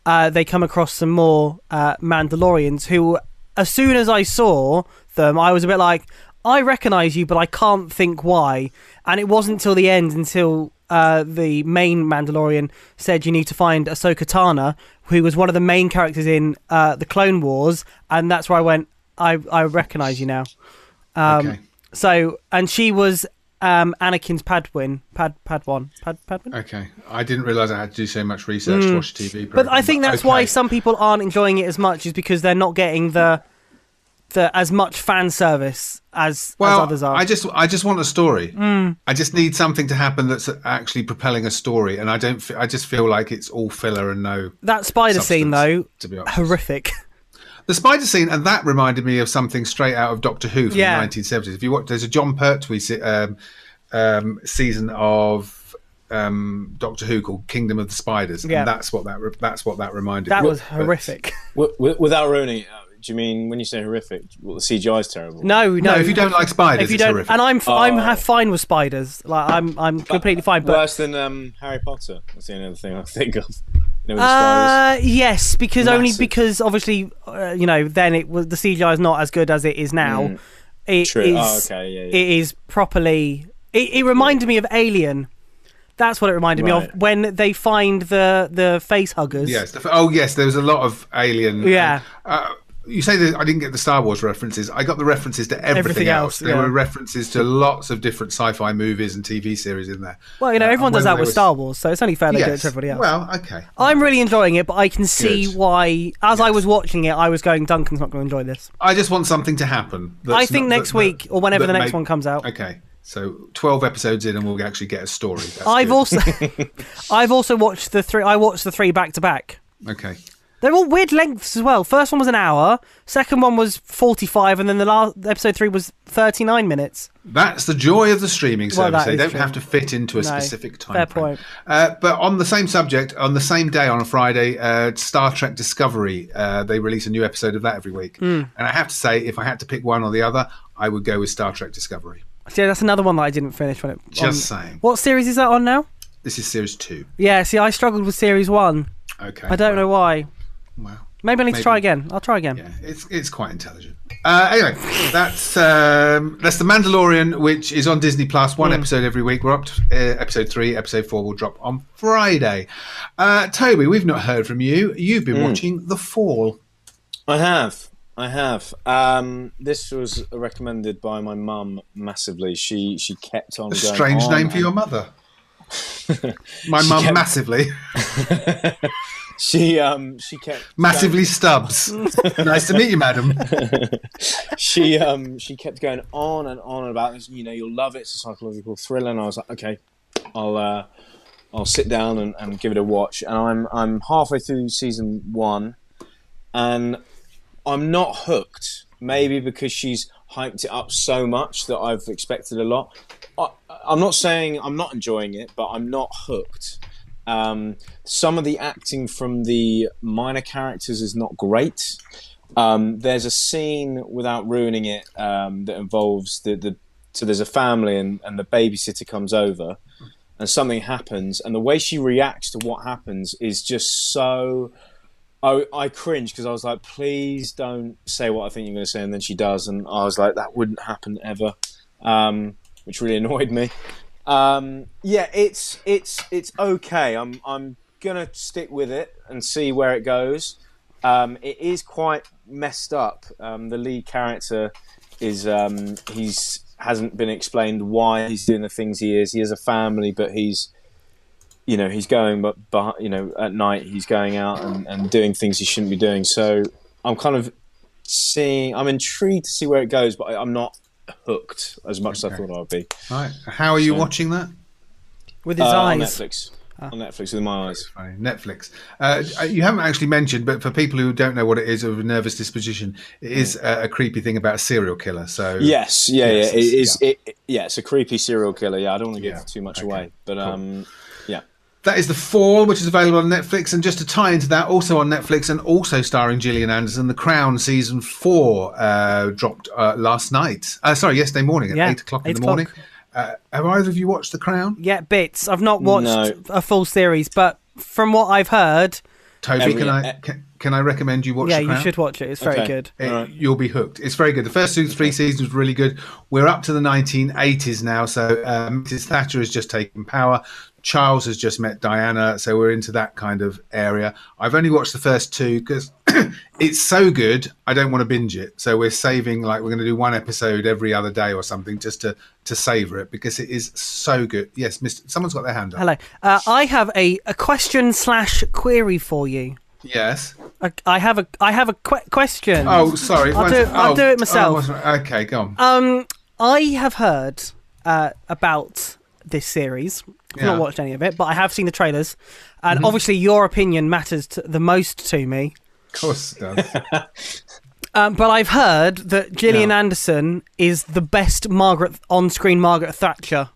uh, they come across some more uh, Mandalorians who, as soon as I saw them, I was a bit like, I recognise you, but I can't think why. And it wasn't till the end until. Uh, the main Mandalorian said you need to find Ahsoka Tana, who was one of the main characters in uh, the Clone Wars, and that's where I went. I I recognise you now. Um,
okay.
So and she was um, Anakin's Padwin, Pad Padwan, Pad Padwin.
Okay. I didn't realize I had to do so much research to watch a TV.
hmm. But
Program,
I think that's why
okay.
some people aren't enjoying it as much is because they're not getting the the as much fan service as,
Well,
as others are. Mm.
I just I just want a story. I just need something to happen that's actually propelling a story, and I don't. Fe- I just feel like it's all filler and no.
that spider scene though,
substance, to be honest.
horrific.
The spider scene, and that reminded me of something straight out of Doctor Who from
Yeah.
the 1970s. If you watch, there's a John Pertwee se- um, um, season of um, Doctor Who called Kingdom of the Spiders,
Yeah.
and that's what that re- that's what that reminded.
That
me.
was
But-
horrific.
W- w- without ruining it, uh, do you mean when you say horrific? Well, the CGI is terrible.
No, no.
No, if you don't like spiders,
if you
it's
don't,
horrific.
and I'm f I'm ha- fine with spiders. Like I'm I'm completely fine. But
worse than um, Harry Potter. That's the only other thing I think of. You know, with the spiders.
uh, yes, because only
Massive.
because obviously uh, you know then it was the CGI is not as good as it is now. It
Mm. True.
is-
Oh, okay, yeah, yeah.
it is properly. It, it reminded me of Alien. That's what it reminded me
Right.
of when they find the the face huggers.
Yes. the f- oh, yes. There was a lot of Alien.
Yeah.
uh, you say that I didn't get the Star Wars references. I got the references to everything,
Everything else,
else. There
yeah.
were references to lots of different sci-fi movies and TV series in there.
Well, you know,
Uh,
everyone does that
whether they
with
were-
Star Wars, so it's only fair they do it
Yes.
to everybody else.
Well, okay.
I'm really enjoying it, but I can see
Good.
why. As I was watching it, I was going, "Duncan's not going to enjoy this."
I just want something to happen. that's
I think
not-
next
that-
week
that-
or whenever
that
the next
make-
one comes out.
Okay, so twelve episodes in, and we'll actually get a story. That's
I've
good.
also, I've also watched the three. I watched the three back to back.
okay.
They're all weird lengths as well. First one was an hour, second one was forty-five, and then the last episode three was thirty-nine minutes.
That's the joy of the streaming
Well, that
service. they
is
don't
true.
have to fit into a
No,
specific time.
fair
frame.
point.
Uh, but on the same subject, on the same day on a Friday, uh, Star Trek Discovery. Uh, they release a new episode of that every week,
Hmm.
and I have to say, if I had to pick one or the other, I would go with Star Trek Discovery.
Yeah, that's another one that I didn't finish when it.
Just
on-
saying.
What series is that on now?
This is series two.
Yeah, see, I struggled with series one.
Okay.
I don't know why.
Wow.
Maybe I need to
Maybe.
try again. I'll try again.
Yeah, it's it's quite intelligent. Uh, anyway, that's um, that's the Mandalorian, which is on Disney Plus.
Hmm.
One episode every week. We're up to uh, episode three. Episode four will drop on Friday. Uh, Toby, we've not heard from you. You've
Hmm.
been watching The Fall.
Uh,
I have. I have. Um, this was recommended by my mum massively. She she kept on.
A
going
strange
on
name for
and-
your mother. My mum
kept-
massively,
She um she kept
massively Stubbs. nice to meet you, madam.
she um she kept going on and on about this. You know, you'll love it. It's a psychological thriller, and I was like, okay, I'll uh, I'll sit down and, and give it a watch. And I'm I'm halfway through season one, and I'm not hooked. Maybe because she's hyped it up so much that I've expected a lot. I, I'm not saying I'm not enjoying it, but I'm not hooked. Um, some of the acting from the minor characters is not great. Um, there's a scene without ruining it um, that involves the, the so there's a family and, and the babysitter comes over and something happens and the way she reacts to what happens is just so I, I cringe because I was like please don't say what I think you're going to say and then she does and I was like that wouldn't happen ever um, which really annoyed me um, yeah it's it's it's okay I'm I'm gonna stick with it and see where it goes Um, it is quite messed up. Um, the lead character is um, he's hasn't been explained why he's doing the things he is. He has a family, but he's you know he's going but, but you know at night he's going out and, and doing things he shouldn't be doing. So I'm kind of seeing. I'm intrigued to see where it goes, but I, I'm not hooked as much as I thought I'd be.
Right. How are you watching that?
with his
Uh, on
eyes.
Netflix. On Netflix with my eyes.
Funny. Netflix. Uh, you haven't actually mentioned, but for people who don't know what it is of a nervous disposition, it is
Mm.
a, a creepy thing about a serial killer. So
Yes, yeah,
Yes,
yeah. It is.
yeah.
It, it- yeah, it's a creepy serial killer. Yeah, I don't want to give
Yeah,
too much
okay,
away, but um, yeah.
That is The Fall, which is available on Netflix. And just to tie into that, also on Netflix and also starring Gillian Anderson, The Crown season four uh, dropped uh, last night. Uh, sorry, yesterday morning at
Yeah,
eight o'clock in
eight
the
o'clock.
morning. Uh, have either of you watched The Crown?
Yeah, bits. I've not watched
No.
a full series, but from what I've heard,
Toby,
Every-
can I
eh.
can, can I recommend you watch?
Uh, yeah,
The
you
Crown?
should watch it. It's very
Okay.
good.
It-
Alright.
You'll be hooked. It's very good. The first two, three seasons were really good. We're up to the 1980s now, so um, Mrs. Thatcher has just taken power. Charles has just met Diana, so we're into that kind of area. I've only watched the first two because it's so good. I don't want to binge it, so we're saving like we're going to do one episode every other day or something just to to savor it because it is so good. Yes, Mr. Someone's got their hand up.
Hello. Uh, I have a, a question slash query for you.
Yes.
I, I have a I have a que- question.
Oh, sorry.
I'll
One
do it-
sec-
I'll
oh,
do it
oh,
myself. Uh,
what's- okay, go on.
I have heard uh, about this series. I've
Yeah. Mm-hmm.
not watched any of it, but I have seen the trailers, and obviously your opinion matters to, the most to me.
of course, it does.
Um, but I've heard that Gillian Anderson is the best Margaret on-screen Margaret Thatcher.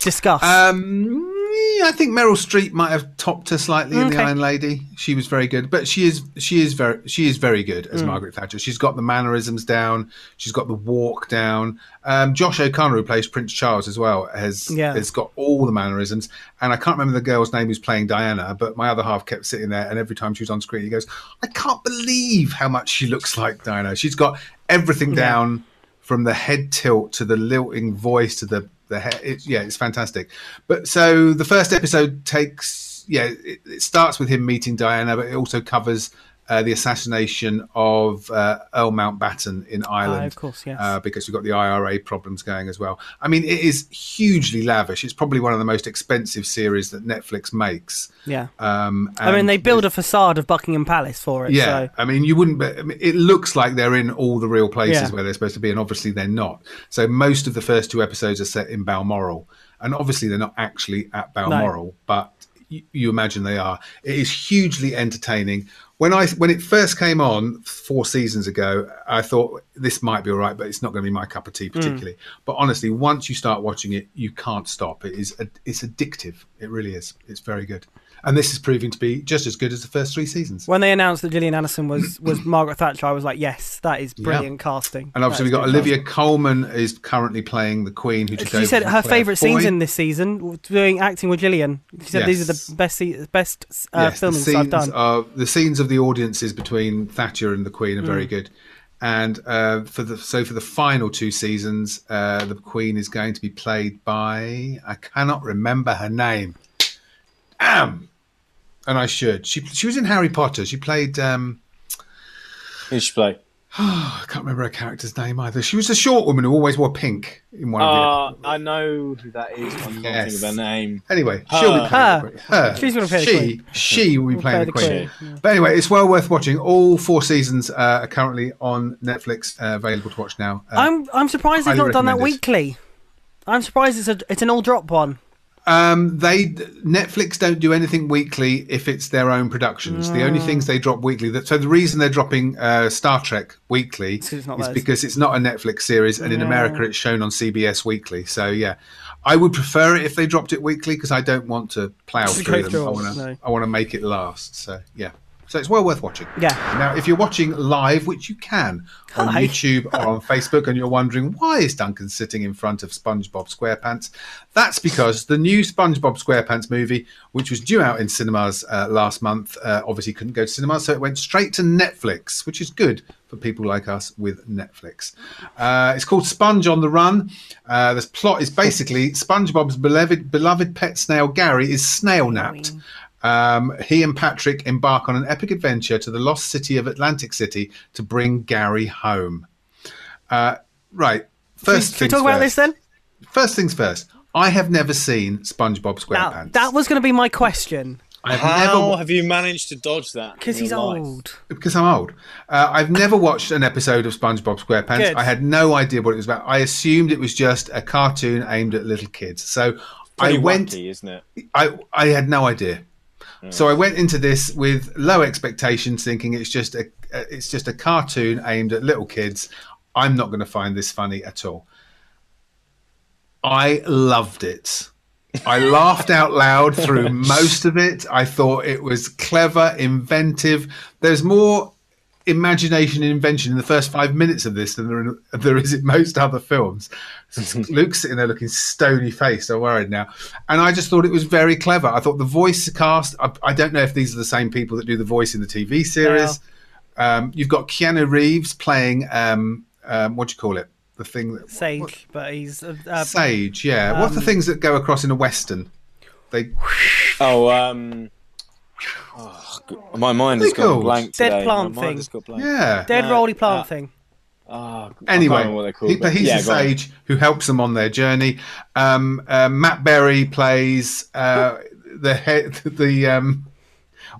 Discuss.
Um, yeah, I think Meryl Streep might have topped her slightly in the
Okay.
Iron Lady. She was very good, but she is she is very she is very good as
Hmm.
Margaret Thatcher. She's got the mannerisms down. She's got the walk down. Um, Josh O'Connor, who plays Prince Charles as well, has
Yeah.
has got all the mannerisms. And I can't remember the girl's name who's playing Diana, but my other half kept sitting there, and every time she was on screen, he goes, "I can't believe how much she looks like Diana. She's got everything down." from the head tilt to the lilting voice to the the head. It, yeah, it's fantastic. But so the first episode takes yeah, it, it starts with him meeting Diana, but it also covers. Uh, the assassination of uh, Earl Mountbatten in Ireland,
Ah, of course, yes.
uh, because we've got the IRA problems going as well. I mean, it is hugely lavish. It's probably one of the most expensive series that Netflix makes.
yeah.
Um,
I mean,
and-
they build a facade of Buckingham Palace for it.
yeah,
So.
I mean, you wouldn't. Be, I mean, it looks like they're in all the real places
Yeah.
where they're supposed to be, and obviously they're not. So most of the first two episodes are set in Balmoral, and obviously they're not actually at Balmoral, but you, you imagine they are. It is hugely entertaining. When I when it first came on four seasons ago, I thought this might be all right, but it's not going to be my cup of
Hmm.
tea particularly. But honestly, once you start watching it, you can't stop. It is ad- it's addictive. It really is. It's very good, and this is proving to be just as good as the first three seasons.
When they announced that Gillian Anderson was was Margaret Thatcher, I was like, yes, that is brilliant casting.
And obviously,
That is
we've got
good
Olivia Coleman is currently playing the Queen, who took
casting. You
over
said
from
her
Claire
favourite scenes
Foy.
in this season, w- doing acting with Gillian. She said these are
Yes.
the best se- best uh,
Yes,
filmings
the scenes
I've done.
Of, the scenes of the audiences between Thatcher and the Queen are very
Mm.
good. And uh, for the so for the final two seasons, uh, the Queen is going to be played by I cannot remember her name. Am, and I should. She she was in Harry Potter. She played. Um,
Who should play?
I can't remember her character's name either. She was a short woman who always wore pink in one
Ah,
of the
Uh, I know who that is. but I can't
Yes.
think of her name.
Anyway, she'll be playing
Her.
the queen. Her.
She's gonna play the
she,
queen.
She will be playing
play
the
the
queen. But anyway, it's well worth watching. All four seasons uh, are currently on Netflix, uh, available to watch now. Uh,
I'm I'm surprised they've
highly
not done that
recommended.
weekly. I'm surprised it's a it's an all drop one.
um, they Netflix don't do anything weekly if it's their own productions. The only things they drop weekly. That, so the reason they're dropping uh, Star Trek weekly
it's not
is
theirs.
because it's not a Netflix series, and in America it's shown on CBS weekly. So yeah, I would prefer it if they dropped it weekly because I don't want to plow through
go
them.
through
I
all,
want to
no.
I want to make it last. So yeah, so it's well worth watching.
Yeah.
Now, if you're watching live, which you can on
Hi.
YouTube or on Facebook, and you're wondering why is Duncan sitting in front of SpongeBob SquarePants, that's because the new SpongeBob SquarePants movie, which was due out in cinemas uh, last month, uh, obviously couldn't go to cinemas, so it went straight to Netflix, which is good for people like us with Netflix. Uh, it's called Sponge on the Run. Uh, this plot is basically SpongeBob's beloved beloved pet snail Gary is snail napped um, he and Patrick embark on an epic adventure to the lost city of Atlantic City to bring Gary home. Uh, right. First
Should we
things
talk
first.
about this then?
First things first. I have never seen SpongeBob
Now,
SquarePants.
that was going to be my question
I've
How
never
have you managed to dodge that? in
because
your
he's
life?
old.
because I'm old. Uh, I've never watched an episode of SpongeBob SquarePants.
Good.
I had no idea what it was about. I assumed it was just a cartoon aimed at little kids. So
Pretty
I went.
wacky, isn't it?
I I had no idea. So I went into this with low expectations, thinking it's just a uh, it's just a cartoon aimed at little kids. I'm not going to find this funny at all. I loved it. I laughed out loud through most of it. I thought it was clever, inventive. There's more imagination and invention in the first five minutes of this than there, there is in most other films. Luke's sitting there looking stony faced. I'm worried now. And I just thought it was very clever. I thought the voice cast, I, I don't know if these are the same people that do the voice in the TV series. Um, you've got Keanu Reeves playing, um, um, what do you call it? The thing that.
Sage, but he's uh, uh,
Sage, yeah. what are the things that go across in a western? They
Oh, um. oh, g- my mind has
Pretty cool.
gone blank
Dead
today.
plant
my mind
thing.
has gone blank.
yeah.
dead
No,
roly plant
uh,
thing.
Oh, g- I can't
Anyway,
remember what they're
he-
called,
but he's
yeah,
the
go on.
sage who helps them on their journey. Um, uh, Matt Berry plays uh, the head. The um,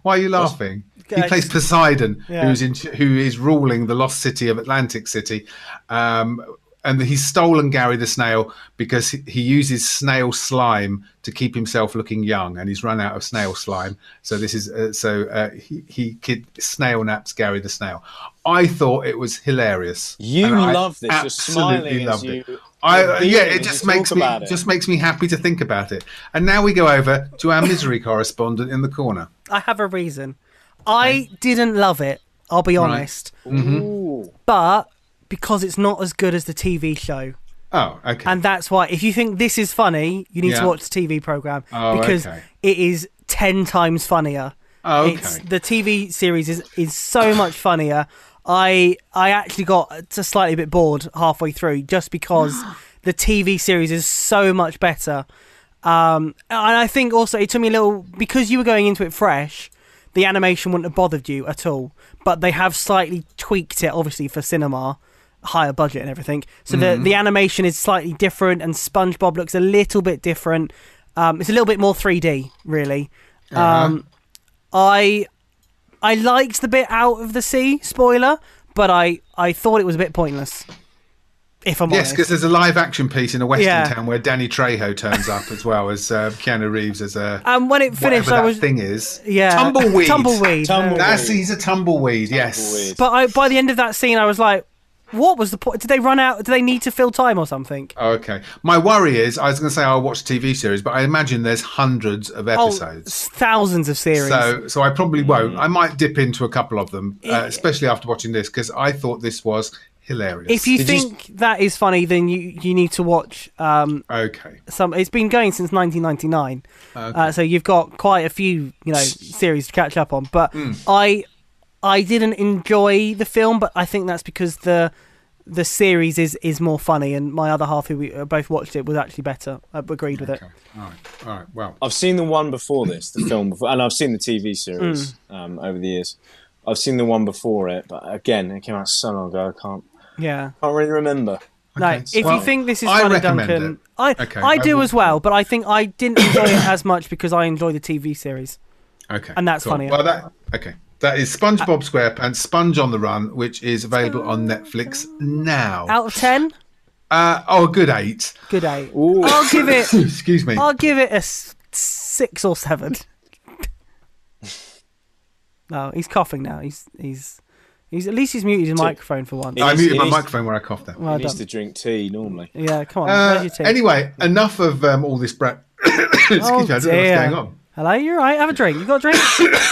why are you laughing? He
I
plays
just-
Poseidon,
Yeah.
who's in, who is ruling the lost city of Atlantic City, um, and he's stolen Gary the snail because he, he uses snail slime to keep himself looking young, and he's run out of snail slime. So this is uh, so uh, he, he kid snail naps Gary the snail. I thought it was hilarious.
You
And I
love this. You're smiling
absolutely
as
loved
you-
it. I
you're
yeah,
beaming
it
as
just
you
makes
talk
me
about it.
just makes me happy to think about it. And now we go over to our misery correspondent in the corner.
I have a reason. I didn't love it. I'll be honest,
Mm-hmm.
Ooh.
but because it's not as good as the TV show,
Oh, okay.
and that's why if you think this is funny, you need
Yeah.
to watch the TV program
Oh,
because
okay.
it is ten times funnier.
oh, okay.
It's the TV series is is so much funnier. I I actually got just slightly a bit bored halfway through just because the TV series is so much better. Um, and I think also it took me a little because you were going into it fresh. The animation wouldn't have bothered you at all, but they have slightly tweaked it, obviously for cinema, higher budget and everything. So
Mm-hmm.
the the animation is slightly different, and SpongeBob looks a little bit different. Um, it's a little bit more 3D, really.
Uh-huh.
Um, I I liked the bit out of the sea spoiler, but I I thought it was a bit pointless. If I'm
Yes,
honest,
because there's a live action piece in a western
Yeah.
town where Danny Trejo turns up as well as uh, Keanu Reeves as a
um, when it finished,
whatever
I
that
was
thing is
yeah
tumbleweed.
tumbleweed.
Tumble-
That's he's a tumbleweed. Yes.
Tumbleweed.
But I, by the end of that scene, I was like, what was the point? Did they run out? Do they need to fill time or something?
Oh, okay. My worry is I was going to say I'll watch TV series, but I imagine there's hundreds of
Oh,
episodes.
thousands of series.
So, so I probably won't.
Mm.
I might dip into a couple of them, uh, especially after watching this, because I thought this was hilarious.
if you
Did you-
think that is funny, then you, you need to watch um,
okay,
some. It's been going since 1999, uh, so you've got quite a few you know series to catch up on. But I I didn't enjoy the film, but I think that's because the the series is is more funny, and my other half, who we uh, both watched it, was actually better. I agreed with it.
all right, all right. Well,
I've seen the one before this, the film before, and I've seen the TV series um, over the years. I've seen the one before it, but again, it came out so long ago. I can't
Yeah.
can't really remember.
No,
Okay,
if
well,
you think this is
I
funny,
recommend
Duncan,
it.
I
Okay,
I
I
do
will-
as well, but I think I didn't enjoy it as much because I enjoy the TV series.
okay,
and that's funny.
Well, that okay. That is SpongeBob SquarePants: Sponge on the Run, which is available on Netflix now.
Out of ten,
Uh, oh, a good eight.
good eight.
Ooh.
I'll give it.
Excuse me.
I'll give it a s- six or seven. No, he's coughing now. He's he's he's at least he's muted his microphone for once.
I
It is-
muted
it
my
is-
microphone where I coughed. There.
Well
I used
done.
to drink tea normally.
Yeah, come on.
Uh,
where's your tea?
anyway, enough of um, all this. Bra- Excuse
Oh,
me. I don't know
dear.
what's going on.
Hello, you're right. Have a drink. You got a drink?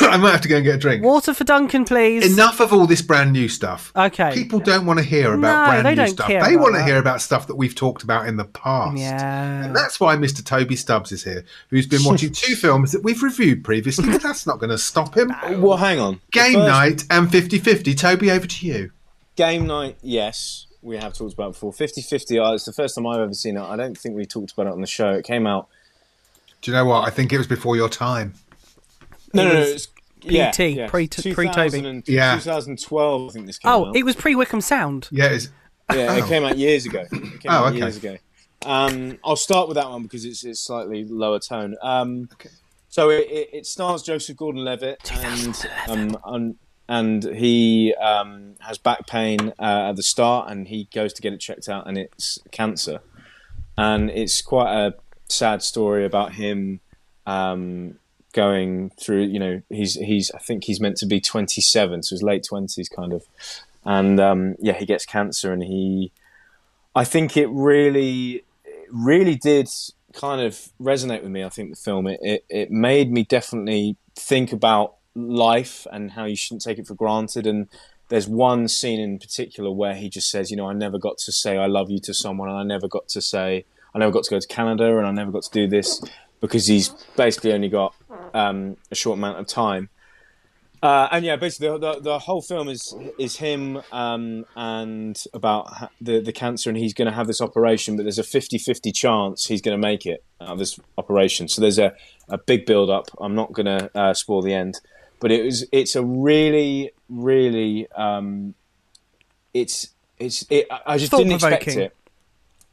I might have to go and get a drink.
Water for Duncan, please.
enough of all this brand new stuff.
Okay.
People don't want to hear about
No,
brand
they
new
don't
stuff.
care
They
about
want to
that.
hear about stuff that we've talked about in the past.
Yeah.
And that's why Mr. Toby Stubbs is here, who's been watching two films that we've reviewed previously, but that's not going to stop him.
Well, hang on. The
Game
first-
night and 50 50. Toby, over to you.
Game night, yes, we have talked about it before. 50 50, it's the first time I've ever seen it. I don't think we talked about it on the show. It came out
Do you know what? I think it was before your time.
No,
It
no, no,
was
it's- yeah,
PT,
yeah.
pre- t- pre-Toby.
2000 and-
Yeah.
2012, I think this came
Oh,
out.
it was pre Wickham Sound.
Yeah, it's,
yeah, it came out years ago. It came
Oh,
out
okay.
years ago. Um, I'll start with that one because it's, it's slightly lower tone. Um, So it, it, it stars Joseph Gordon-Levitt, and um, un- and he um, has back pain uh, at the start, and he goes to get it checked out, and it's cancer, and it's quite a sad story about him um, going through. You know, he's he's I think he's meant to be 27, so his late 20s kind of, and um, yeah, he gets cancer, and he, I think it really really did kind of resonate with me. I think the film it, it it made me definitely think about life and how you shouldn't take it for granted. And there's one scene in particular where he just says, you know, I never got to say I love you to someone, and I never got to say I never got to go to Canada, and I never got to do this because he's basically only got um, a short amount of time. Uh, and yeah, basically the, the the whole film is is him um, and about ha- the the cancer, and he's going to have this operation, but there's a 50-50 chance he's going to make it out of this operation. So there's a, a big build up. I'm not going to uh, spoil the end, but it was it's a really really um, it's it's it, I I just didn't expect
Thought-provoking.
it.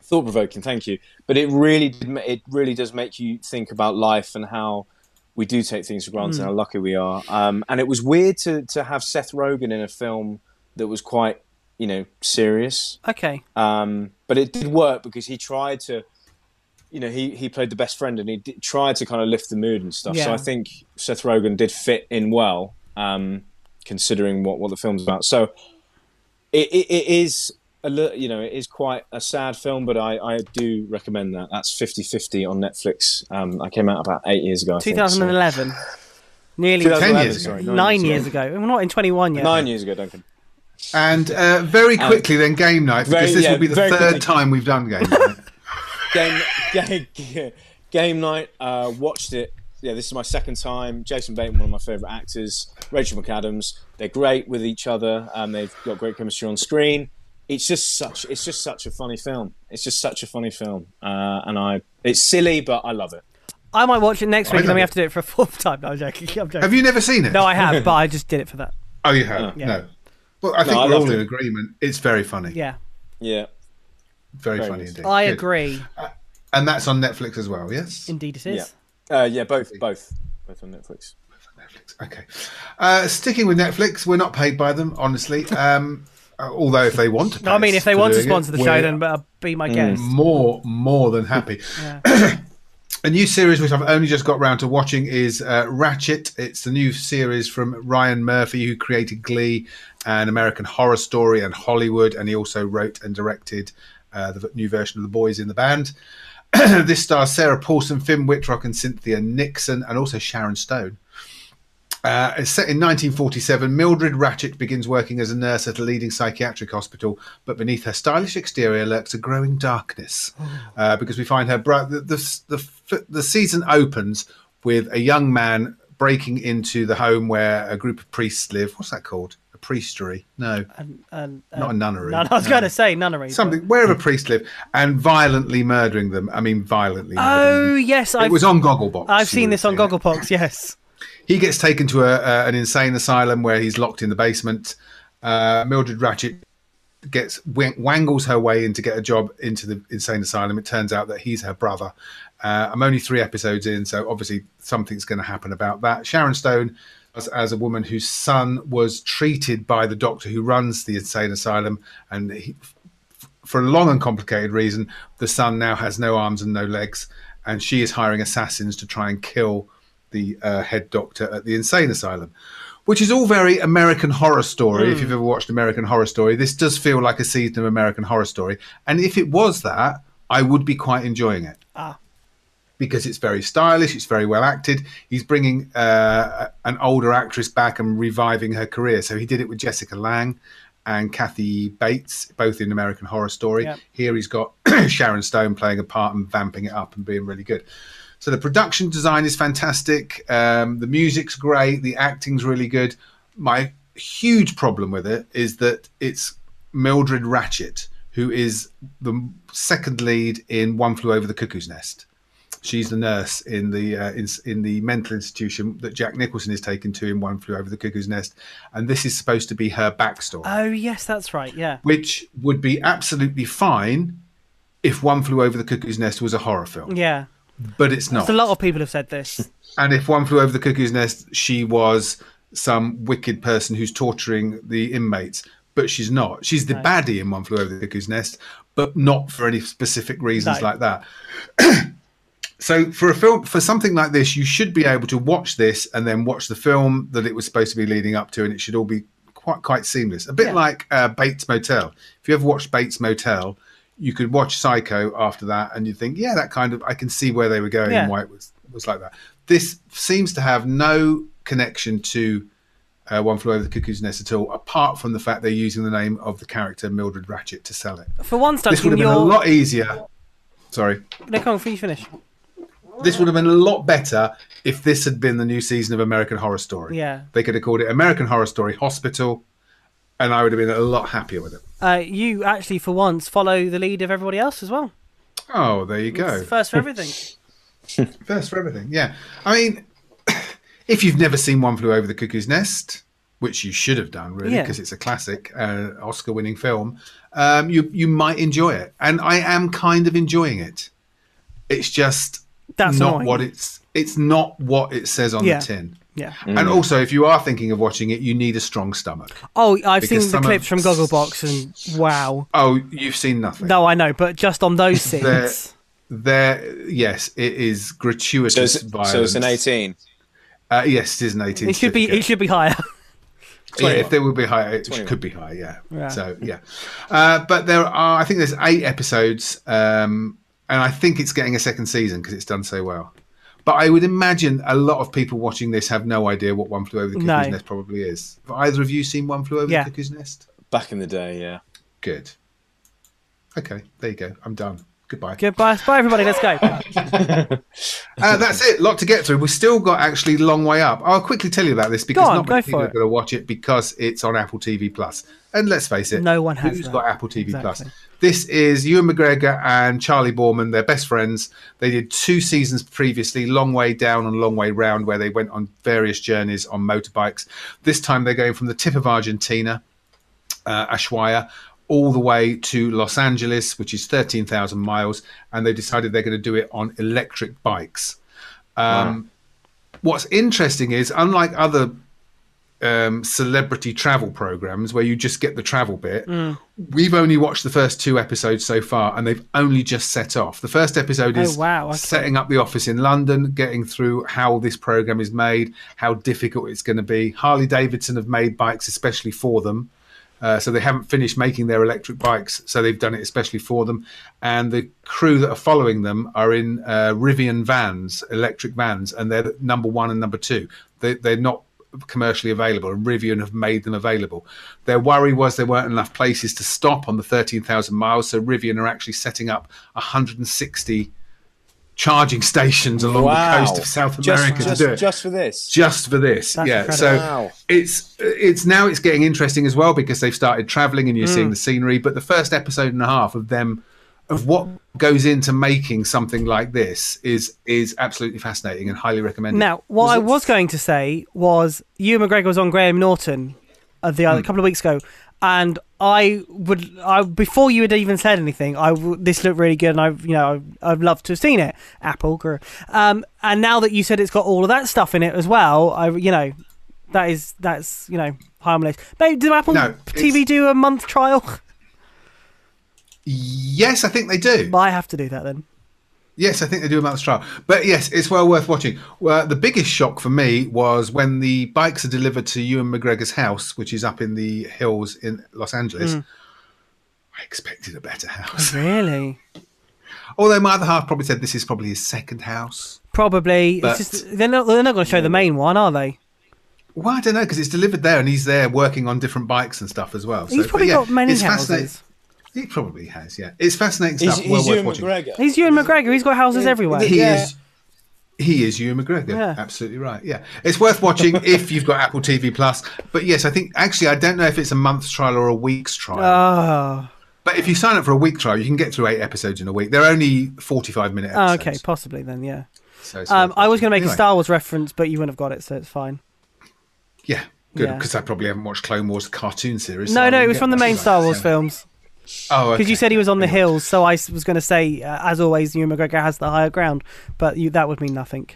Thought provoking, thank you. But it really did. ma- It really does make you think about life and how we do take things for granted and how lucky we are. Um, and it was weird to to have Seth Rogen in a film that was quite, you know, serious.
Okay.
Um, but it did work because he tried to, you know, he he played the best friend and he did, tried to kind of lift the mood and stuff. So
Yeah.
I think Seth Rogen did fit in well, um, considering what what the film's about. So it, it, it is a little, you know, it is quite a sad film, but I, I do recommend that. That's 50-50 on Netflix. Um, I came out about eight years ago. I think, so-
2011. Nearly
2011,
years ago.
sorry,
nine years ago. We're not in 21 yet.
Nine years ago, Duncan.
and uh, very quickly then game night because
Very-
this
yeah,
will be the
very
third
quickly.
time we've done game night.
game game, game night. Uh, watched it. Yeah, this is my second time. Jason Bateman, one of my favourite actors. Rachel McAdams. They're great with each other, and they've got great chemistry on screen. It's just such. It's just such a funny film. It's just such a funny film, uh, and I. It's silly, but I love it.
I might watch it next week and then
love
we
it.
have to do it for a fourth time. No, I'm joking. I'm joking.
Have you never seen it?
No, I have, but I just did it for that.
Oh, you have?
Yeah.
No. Well, I think
I
we're all
loved
in
it.
agreement. It's very funny.
Yeah.
Yeah,
Very,
Very
funny
good.
indeed.
I
Good.
agree.
And that's on Netflix as well, yes?
Indeed, it is.
yeah, uh, yeah. Both, both, both on Netflix.
Netflix. Okay. Uh, sticking with Netflix, we're not paid by them, honestly. Um, uh, although if they want to,
No, I mean, if they want to sponsor the show,
then
then uh, be
Mm.
my guest.
more more than happy. A new series which I've only just got round to watching is uh, Ratchet. It's the new series from Ryan Murphy, who created Glee and American Horror Story and Hollywood, and he also wrote and directed uh, the v- new version of The Boys in the Band. this stars Sarah Paulson, Finn Whitrock, and Cynthia Nixon, and also Sharon Stone. Uh, it's set in 1947. Mildred Ratchet begins working as a nurse at a leading psychiatric hospital, but beneath her stylish exterior lurks a growing darkness.
Oh.
Uh, because we find her bro- the, the, the the season opens with a young man breaking into the home where a group of priests live. What's that called? A priestery? No,
And, uh,
not a nunnery.
no, no, I was going to say nunnery. but-
something wherever priests live and violently murdering them. I mean, violently. murdering
Oh,
them.
yes. I've,
It was on Gogglebox.
I've
you
seen
would
this
have
on
it.
Gogglebox, yes.
He gets taken to a, uh, an insane asylum where he's locked in the basement. Uh, Mildred Ratchet gets wang- wangles her way in to get a job into the insane asylum. It turns out that he's her brother. Uh, I'm only three episodes in, so obviously something's going to happen about that. Sharon Stone as, as a woman whose son was treated by the doctor who runs the insane asylum, and he, for a long and complicated reason, the son now has no arms and no legs, and she is hiring assassins to try and kill the uh, head doctor at the insane asylum, which is all very American Horror Story. If you've ever watched American Horror Story, this does feel like a season of American Horror Story, and if it was that, I would be quite enjoying it. Because it's very stylish, it's very well acted. He's bringing uh, an older actress back and reviving her career. So he did it with Jessica Lang and Kathy Bates, both in American Horror Story.
Yep.
Here he's got Sharon Stone playing a part and vamping it up and being really good. So the production design is fantastic. Um, the music's great. The acting's really good. My huge problem with it is that it's Mildred Ratchet, who is the second lead in One Flew Over the Cuckoo's Nest. She's the nurse in the uh, in, in the mental institution that Jack Nicholson is taken to in One Flew Over the Cuckoo's Nest, and this is supposed to be her backstory
Oh yes, that's right. Yeah.
which would be absolutely fine if One Flew Over the Cuckoo's Nest was a horror film,
Yeah.
but it's not.
A lot of people have said this.
and if One Flew Over the Cuckoo's Nest, she was some wicked person who's torturing the inmates, but she's not. She's the baddie in One Flew Over the Cuckoo's Nest, but not for any specific reasons
No.
like that. so for a film for something like this, you should be able to watch this and then watch the film that it was supposed to be leading up to, and it should all be quite quite seamless. A bit like uh, Bates Motel. If you ever watched Bates Motel. You could watch Psycho after that, and you think, "Yeah, that kind of I can see where they were going
Yeah.
and why it was was like that." This seems to have no connection to uh, One Flew Over the Cuckoo's Nest at all, apart from the fact they're using the name of the character Mildred Ratchet to sell it.
For once,
This would
Duncan,
have been
you're.
a lot easier. Sorry,
No, come on, finish, finish.
this would have been a lot better if this had been the new season of American Horror Story.
Yeah.
they could have called it American Horror Story Hospital, and I would have been a lot happier with it.
Uh, you actually, for once, follow the lead of everybody else as well.
Oh, there you go.
First for everything.
First for everything. Yeah. I mean, if you've never seen One Flew Over the Cuckoo's Nest, which you should have done, really,
Yeah.
because it's a classic uh, Oscar winning film, um, you, you might enjoy it. And I am kind of enjoying it. It's just
That's
not
annoying.
what it's. It's not what it says on
Yeah.
the tin.
Yeah.
And
Mm.
also, if you are thinking of watching it, you need a strong stomach.
Oh, I've
Because
seen the
some of-
clips from Gogglebox, and wow.
Oh, you've seen nothing.
No, I know, but just on those
There-
scenes.
There, yes, it is gratuitous
So it's,
violence.
so it's an 18.
Uh, yes, it is an eighteen.
It should be.
certificate.
It should be higher.
Yeah,
21.
if they would be higher, it
21.
could be higher. Yeah.
Yeah.
So yeah, uh, but there are. I think there's eight episodes, um, and I think it's getting a second season because it's done so well. But I would imagine a lot of people watching this have no idea what One Flew Over the Cuckoo's
No.
Nest probably is. Have either of you seen One Flew Over
Yeah.
the Cuckoo's Nest?
Back in the day, yeah.
Good. Okay, there you go. I'm done. Goodbye.
Goodbye, bye everybody. Let's go.
Uh, that's it. Lot to get through. We've still got actually long way up. I'll quickly tell you about this because
on,
not
go
many
for
people are
it.
going to watch it because it's on Apple TV Plus. And let's face it,
No one has
Who's
that.
got Apple TV Plus?
Exactly.
This is Ewan McGregor and Charlie Borman. They're best friends. They did two seasons previously, Long Way Down and Long Way Round, where they went on various journeys on motorbikes. This time they're going from the tip of Argentina uh, Ushuaia all the way to Los Angeles, which is 13,000 miles, and they decided they're going to do it on electric bikes. Um, What's interesting is, unlike other um, celebrity travel programs where you just get the travel bit,
Mm.
we've only watched the first two episodes so far, and they've only just set off. The first episode is
Oh, wow, okay.
setting up the office in London, getting through how this program is made, how difficult it's going to be. Harley Davidson have made bikes especially for them. Uh, so they haven't finished making their electric bikes, so they've done it especially for them. And the crew that are following them are in uh, Rivian vans, electric vans, and they're number one and number two. They, they're not commercially available, and Rivian have made them available. Their worry was there weren't enough places to stop on the 13,000 miles, so Rivian are actually setting up 160 charging stations along
Wow.
the coast of South
Just-
America
just,
to do it
just for this.
just for this.
That's
yeah.
incredible.
So
Wow.
it's it's now it's getting interesting as well because they've started traveling and you're
Hmm.
seeing the scenery. But the first episode and a half of them of what goes into making something like this is is absolutely fascinating and highly recommended.
Now, what I was going to say was you McGregor was on Graham Norton uh, the
Hmm.
other, a couple of weeks ago, and I would I before you had even said anything, I w- this looked really good, and I have you know I've, I've loved to have seen it. Apple, grr. um, and now that you said it's got all of that stuff in it as well, I you know that is that's you know harmless. Maybe did Apple
No,
TV
it's-
do a month trial?
yes, I think they do.
I have to do that then.
Yes, I think they do about the trial. But yes, it's well worth watching. Well, the biggest shock for me was when the bikes are delivered to Ewan McGregor's house, which is up in the hills in Los
Hmm.
Angeles. I expected a better house.
Really.
Although my other half probably said this is probably his second house.
Probably.
But-
it's just, they're not, they're not going to show the main one, are they?
Well, I don't know because it's delivered there and he's there working on different bikes and stuff as well. So,
He's
but
probably
yeah,
got many
it's fascinating.
houses.
He probably has. Yeah, it's fascinating
He's,
stuff. well
he's
worth
Ewan
watching.
McGregor.
He's Ewan McGregor. He's got houses everywhere.
He
Yeah.
is. He is Ewan McGregor.
Yeah.
Absolutely right. Yeah, it's worth watching if you've got Apple TV Plus. But yes, I think actually I don't know if it's a month's trial or a week's trial.
Oh,
But if you sign up for a week trial, you can get through eight episodes in a week. They're only forty-five minute.
Oh,
Episodes,
okay, possibly then. Yeah.
So it's
Um,
worth
I
it.
was going to make a
Anyway,
Star Wars reference, but you wouldn't have got it, so it's fine.
Yeah, good
Yeah.
because I probably haven't watched Clone Wars cartoon series. so
No,
I
no,
didn't
it was
get
from the
that.
main Star Wars films.
Oh,
Because you
okay.
said he was on the hills, so I s- was going to say, uh, as always, Ewan McGregor has the higher ground, but you, that would mean nothing.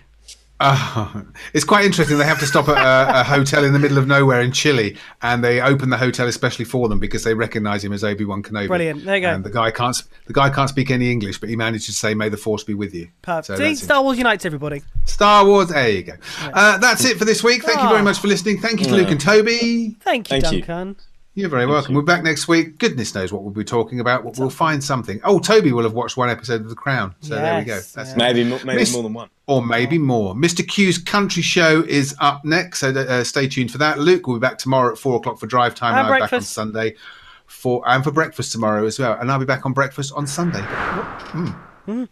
Oh, it's quite interesting. They have to stop at a, a hotel in the middle of nowhere in Chile, and they open the hotel especially for them because they recognise him as Obi Wan Kenobi.
Brilliant. There you go.
And the guy can't s- the guy can't speak any English, but he managed to say, "May the Force be with you." So
Perfect. See,
that's it.
Star Wars unites everybody.
Star Wars. There you go. Uh, that's it for this week. Thank
Ah.
you very much for listening. Thank you to Luke and Toby.
Thank you,
Thank you.
Duncan.
You're very welcome. We're back next week. Goodness knows what we'll be talking about. We'll, we'll find something. Oh, Toby will have watched one episode of The Crown. So there we go.
Yes,
That's
yeah.
it.
Maybe mo- maybe
Miss-
more than one.
Or maybe more. Mr. Q's country show is up next. So uh, stay tuned for that. Luke will be back tomorrow at four o'clock for drive time.
And
I'm back on
breakfast.
Sunday for and for breakfast tomorrow as well. And I'll be back on breakfast on Sunday.
A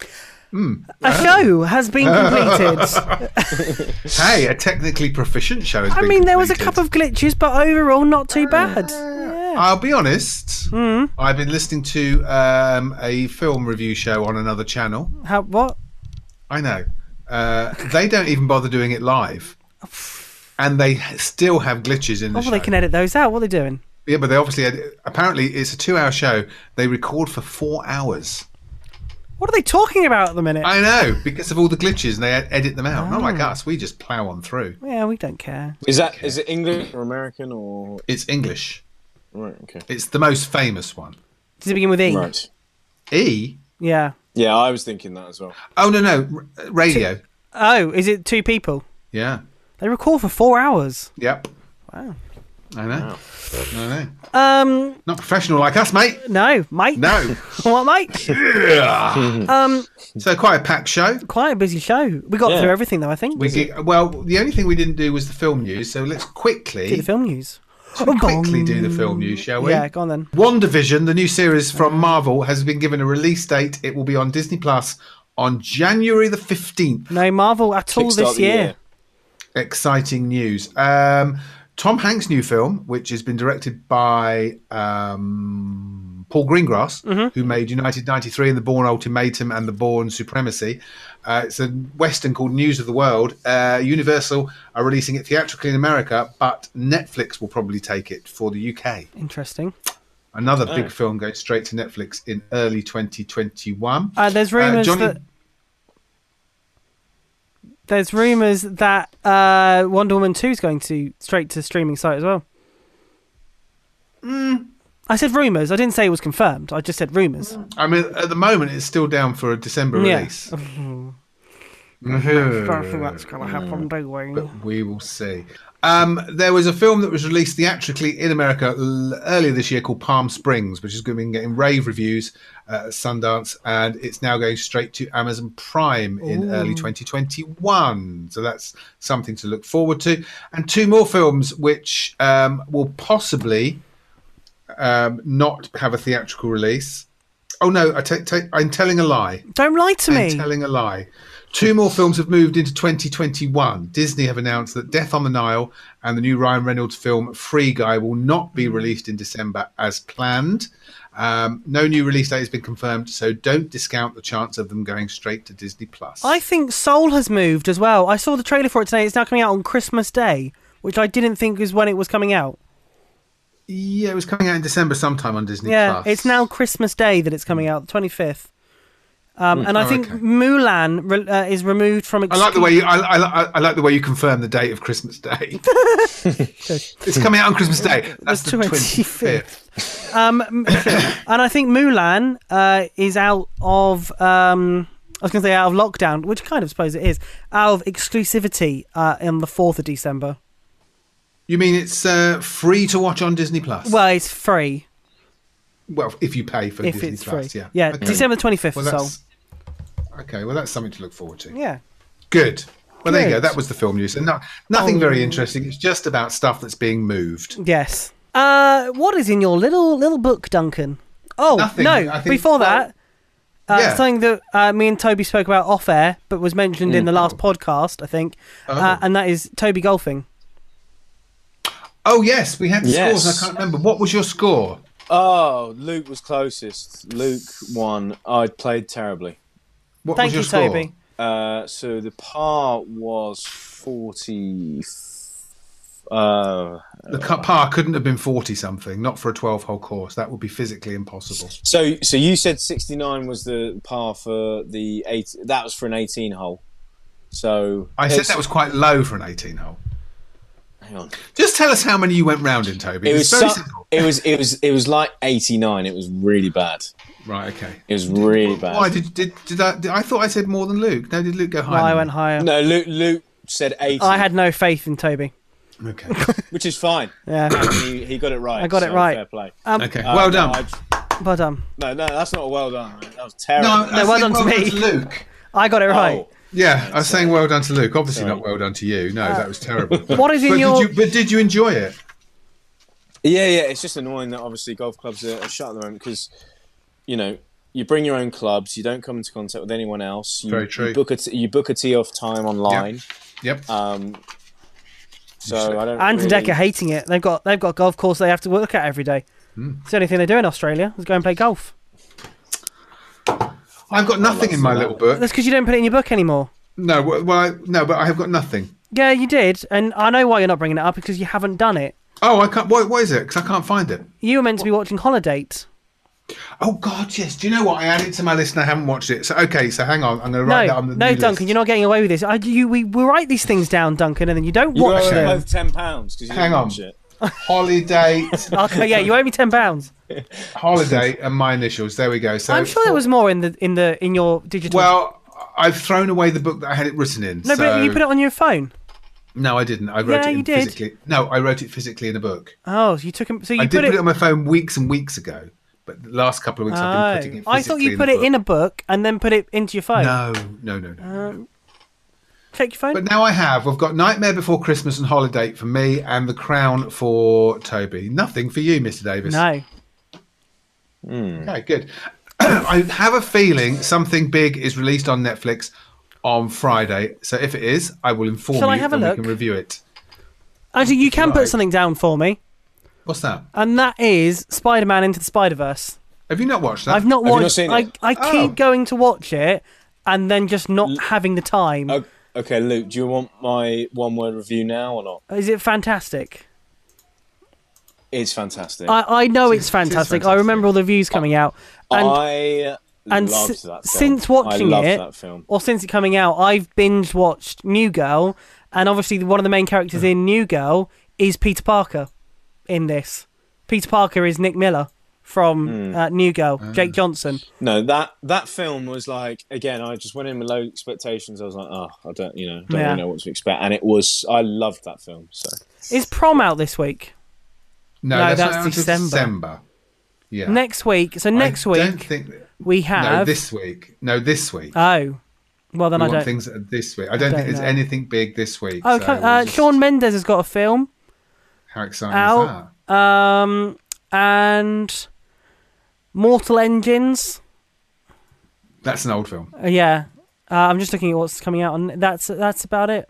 show has been completed.
Hey, a technically proficient show. Has
I
been
mean, there was a
completed.
couple of glitches, but overall, not too bad. Yeah.
I'll be honest.
Hmm?
I've been listening to um, a film review show on another channel.
How, what?
I know. Uh, they don't even bother doing it live. And they still have glitches in the
Oh,
show.
well, they can edit those out. What are they doing?
Yeah, but they obviously had, apparently it's a two-hour show. They record for four hours.
What are they talking about at the minute?
I know because of all the glitches, and they ed- edit them out. Not like
Oh.
us, we just plow on through.
Yeah, we don't care.
Is that is it English or American or
It's English.
right? Okay.
It's the most famous one.
Does it begin with E?
Right.
E.
Yeah.
Yeah, I was thinking that as well.
Oh no no, r- radio.
Oh, is it two people?
Yeah.
They record for four hours.
Yep. Wow. I know. I know.
Um,
Not professional like us, mate.
no, mate.
No.
what, mate? Um,
so quite a packed show.
Quite a busy show. We got
Yeah.
through everything, though, I think.
We did- well, the only thing we didn't do was the film news. So let's quickly
Do the film news.
quickly do the film news, shall we?
Yeah, go on then.
WandaVision, the new series from Marvel, has been given a release date. It will be on Disney Plus on January the 15th.
No Marvel at all
Kickstart
this
the
year.
Exciting news. Um, Tom Hanks' new film, which has been directed by um, Paul Greengrass,
Mm-hmm.
who made United 93 and The Bourne Ultimatum and The Bourne Supremacy. Uh, it's a Western called News of the World. Uh, Universal are releasing it theatrically in America, but Netflix will probably take it for the UK.
Interesting.
Another
Oh.
big film going straight to Netflix in early 2021.
Uh, there's rumours
Johnny-
that there's rumours that uh, Wonder Woman two is going to straight to streaming site as well.
Hmm.
I said rumours. I didn't say it was confirmed. I just said rumours.
I mean, at the moment, it's still down for a December
Yeah.
release. Mhm.
that's going to happen, do we?
But we will see. Um, there was a film that was released theatrically in America l- earlier this year called Palm Springs, which has been getting rave reviews uh, at Sundance, and it's now going straight to Amazon Prime in early 2021. So that's something to look forward to. And two more films which um, will possibly um, not have a theatrical release. Oh no, I ta- ta- I'm telling a lie.
Don't lie to
And
me.
telling a lie. Two more films have moved into 2021. Disney have announced that Death on the Nile and the new Ryan Reynolds film Free Guy will not be
Mm-hmm.
released in December as planned. Um, no new release date has been confirmed, so don't discount the chance of them going straight to Disney Plus.
I think Soul has moved as well. I saw the trailer for it today. It's now coming out on Christmas Day, which I didn't think was when it was coming out.
yeah, it was coming out in December sometime on Disney
Yeah,
Plus.
it's now Christmas Day that it's coming out, the 25th. Um, and I
Mm. Oh,
think
okay.
Mulan re- uh, is removed from.
I like the way you. I, I, I- I like the way you confirm the date of Christmas Day. it's coming out on Christmas Day. That's the 25th.
Um, m- and I think Mulan uh, is out of. Um, I was going to say out of lockdown, which I kind of suppose it is, out of exclusivity uh, on the 4th of December.
You mean it's uh, free to watch on Disney Plus?
Well, it's free
Well, if you pay for
if
Disney
it's
Plus,
free.
yeah,
Yeah,
Okay.
December 25th,
Well,
so.
that's okay. Well, that's something to look forward to.
Yeah.
Good. Well, there you go.
Good. Oh.
That was the film news, and no, nothing very interesting. It's just about stuff that's being moved.
Yes. Uh, what is in your little little book, Duncan? Oh
Nothing,
no!
I think-
before that, uh,
yeah.
something that uh, me and Toby spoke about off air, but was mentioned
Mm.
in the last podcast, I think, uh, and that is Toby golfing.
Oh yes, we had the
Yes.
scores. And I can't remember what was your score.
Oh, Luke was closest. Luke won. I played terribly.
What
Thank you,
was your score?
Toby.
Uh, so the par was 40. Uh,
The cu- par couldn't have been 40 something, not for a 12 hole course. That would be physically impossible.
so so you said 69 was the par for the eight. That was for an 18 hole. So
I said
it's-
that was quite low for an 18 hole.
Hang on.
Just tell us how many you went round in, Toby.
It was
it's very
so-
simple.
it was it was it was like 89. It was really bad.
Right, okay.
It was really bad.
Why did did did I? Did, I thought I said more than Luke. No, did Luke go higher?
I
than
went higher.
No, Luke Luke said 80,
I had no faith in Toby.
me? Okay.
which is fine.
Yeah,
He, he got it right.
I got it
so
right. Um,
Fair play.
okay.
Uh,
well
no,
done.
I-
but um,
No, no, that's not a well done. That was
no,
terrible.
I
well done
said
to me.
to Luke.
I got it
Oh,
right.
Yeah, I was saying well done to Luke. Obviously
Sorry.
not well done to you. No, that was terrible.
What is in
but
your?
Did you, but did you enjoy it?
Yeah, yeah. It's just annoying that obviously golf clubs are, are shut at the moment because, you know, you bring your own clubs. You don't come into contact with anyone else. You,
Very true.
You book a t- you book a tee off time online.
Yep.
Uh,
Um, so I don't.
And
really...
Decker hating it. They've got they've got a golf course they have to look at every day.
Hmm.
It's the only thing they do in Australia is go and play golf.
I've got nothing in
see
my
that.
little book.
That's because you don't put it in your book anymore.
No, well, well, I, no, but I have got nothing.
Yeah, you did, and I know why you're not bringing it up because you haven't done it.
Oh, I can't. What, what is it? Because I can't find it.
You were meant to be watching Holiday.
Oh God, yes. Do you know what? I added to my list and I haven't watched it. So okay, so hang on. I'm going to write that
No,
on the
no,
new
Duncan,
list.
you're not getting away with this. I, you, we, we write these things down, Duncan, and then you don't
You owe
watch
us
them.
both ten pounds because you
Hang
didn't
on.
watch it.
holiday,
Okay, yeah, you owe me ten pounds.
holiday, and my initials. There we go. So
I'm sure there was more in the in the in your digital.
Well, I've thrown away the book that I had it written in.
no,
so-
but you put it on your phone.
No, I didn't. I wrote
Yeah,
it in
you did.
physically. No, I wrote it physically in a book.
Oh, so you took him. So you
I
put
did
it.
put it on my phone weeks and weeks ago, but the last couple of weeks
Oh.
I've been putting it. Physically
I thought you put it in a book and then put it into your phone.
book. No, no, no,
Uh.
no.
Check your phone.
But now I have. I've got Nightmare Before Christmas and Holiday for me, and The Crown for Toby. Nothing for you, Mr. Davis.
no.
Okay, good. I have a feeling something big is released on Netflix on Friday. So if it is, I will inform
Shall
you
I have a
and
look?
we can review it.
Actually, you can
Right.
put something down for me,
What's that?
and that is Spider Man Into the Spider Verse.
Have you not watched that?
I've not
you
watched.
not seen
I,
it?
I
Oh.
keep going to watch it, and then just not having the time.
Oh.
O- Okay, Luke, do you want my one word review now or not?
Is it fantastic?
It's fantastic.
I, I know it's,
it's
fantastic. I
fantastic.
remember all the reviews coming out, and
I
and
loved
si-
that film.
since watching
I loved
it-
that film.
or since it coming out, I've binge watched New Girl, and obviously one of the main characters
Hmm.
in New Girl is Peter Parker. In this, Peter Parker is Nick Miller from
Hmm.
uh, New Girl,
Ah.
Jake Johnson.
No, that that film was like again. I just went in with low expectations. I was like, oh, I don't, you know, don't
Yeah.
really know what to expect. And it was, I loved that film. So
Is prom out this week?
No,
No,
that's,
that's
not until
December.
December. Yeah.
Next week. So
I
next
Don't
week
think.
we
No,
have.
this week. No, this week.
Oh, well then
we
I
want
don't.
things that are this week. I don't,
don't
think there's
know.
anything big this week.
Oh,
so
come- uh,
we'll just-
Sean Mendes has got a film
How exciting is that?
out, um, and Mortal Engines.
That's an old film.
Uh, yeah, uh, I'm just looking at what's coming out, and that's that's about it.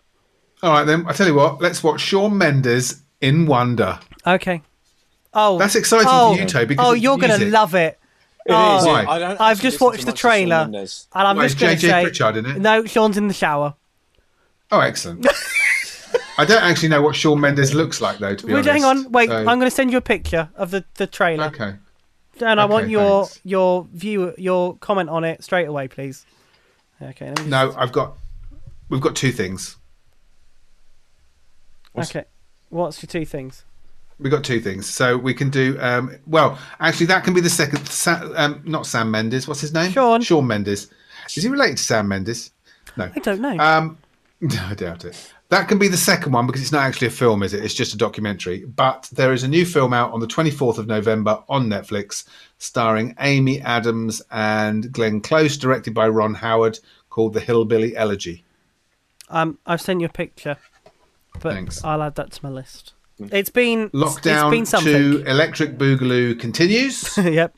All right, then. I tell you what. Let's watch Sean Mendes in Wonder.
Okay. Oh,
That's exciting
oh,
for you, Toby. because
Oh,
it's
you're gonna
music.
love it.
It
Oh.
is,
Why?
I don't
I've
actually
just
listen
watched
to
the
much to Shawn
trailer.
Mendes.
And I'm
Why,
just
is
gonna
JJ
say,
Pritchard in it?
no, Sean's in the shower.
Oh, excellent. I don't actually know what Sean Mendes looks like though. To be
Would
honest.
you- hang on, wait.
So-
I'm gonna send you a picture of the the trailer,
Okay.
and I want
okay,
your
thanks.
your view your comment on it straight away, please. Okay. Let me just,
No, I've got. We've got two things.
Okay. What's your two things?
We've got two things. So we can do. Um, well, actually, that can be the second. Sa- um, not Sam Mendes. What's his name?
Sean.
Sean Mendes. Is he related to Sam Mendes? No.
I don't know.
Um, no, I doubt it. That can be the second one because it's not actually a film, is it? It's just a documentary. But there is a new film out on the 24th of November on Netflix, starring Amy Adams and Glenn Close, directed by Ron Howard, called The Hillbilly Elegy.
Um, I've sent you a picture, but
Thanks. Mm.
I'll add that to my list. It's been It's been
Lockdown to
something.
Electric Boogaloo continues.
yep.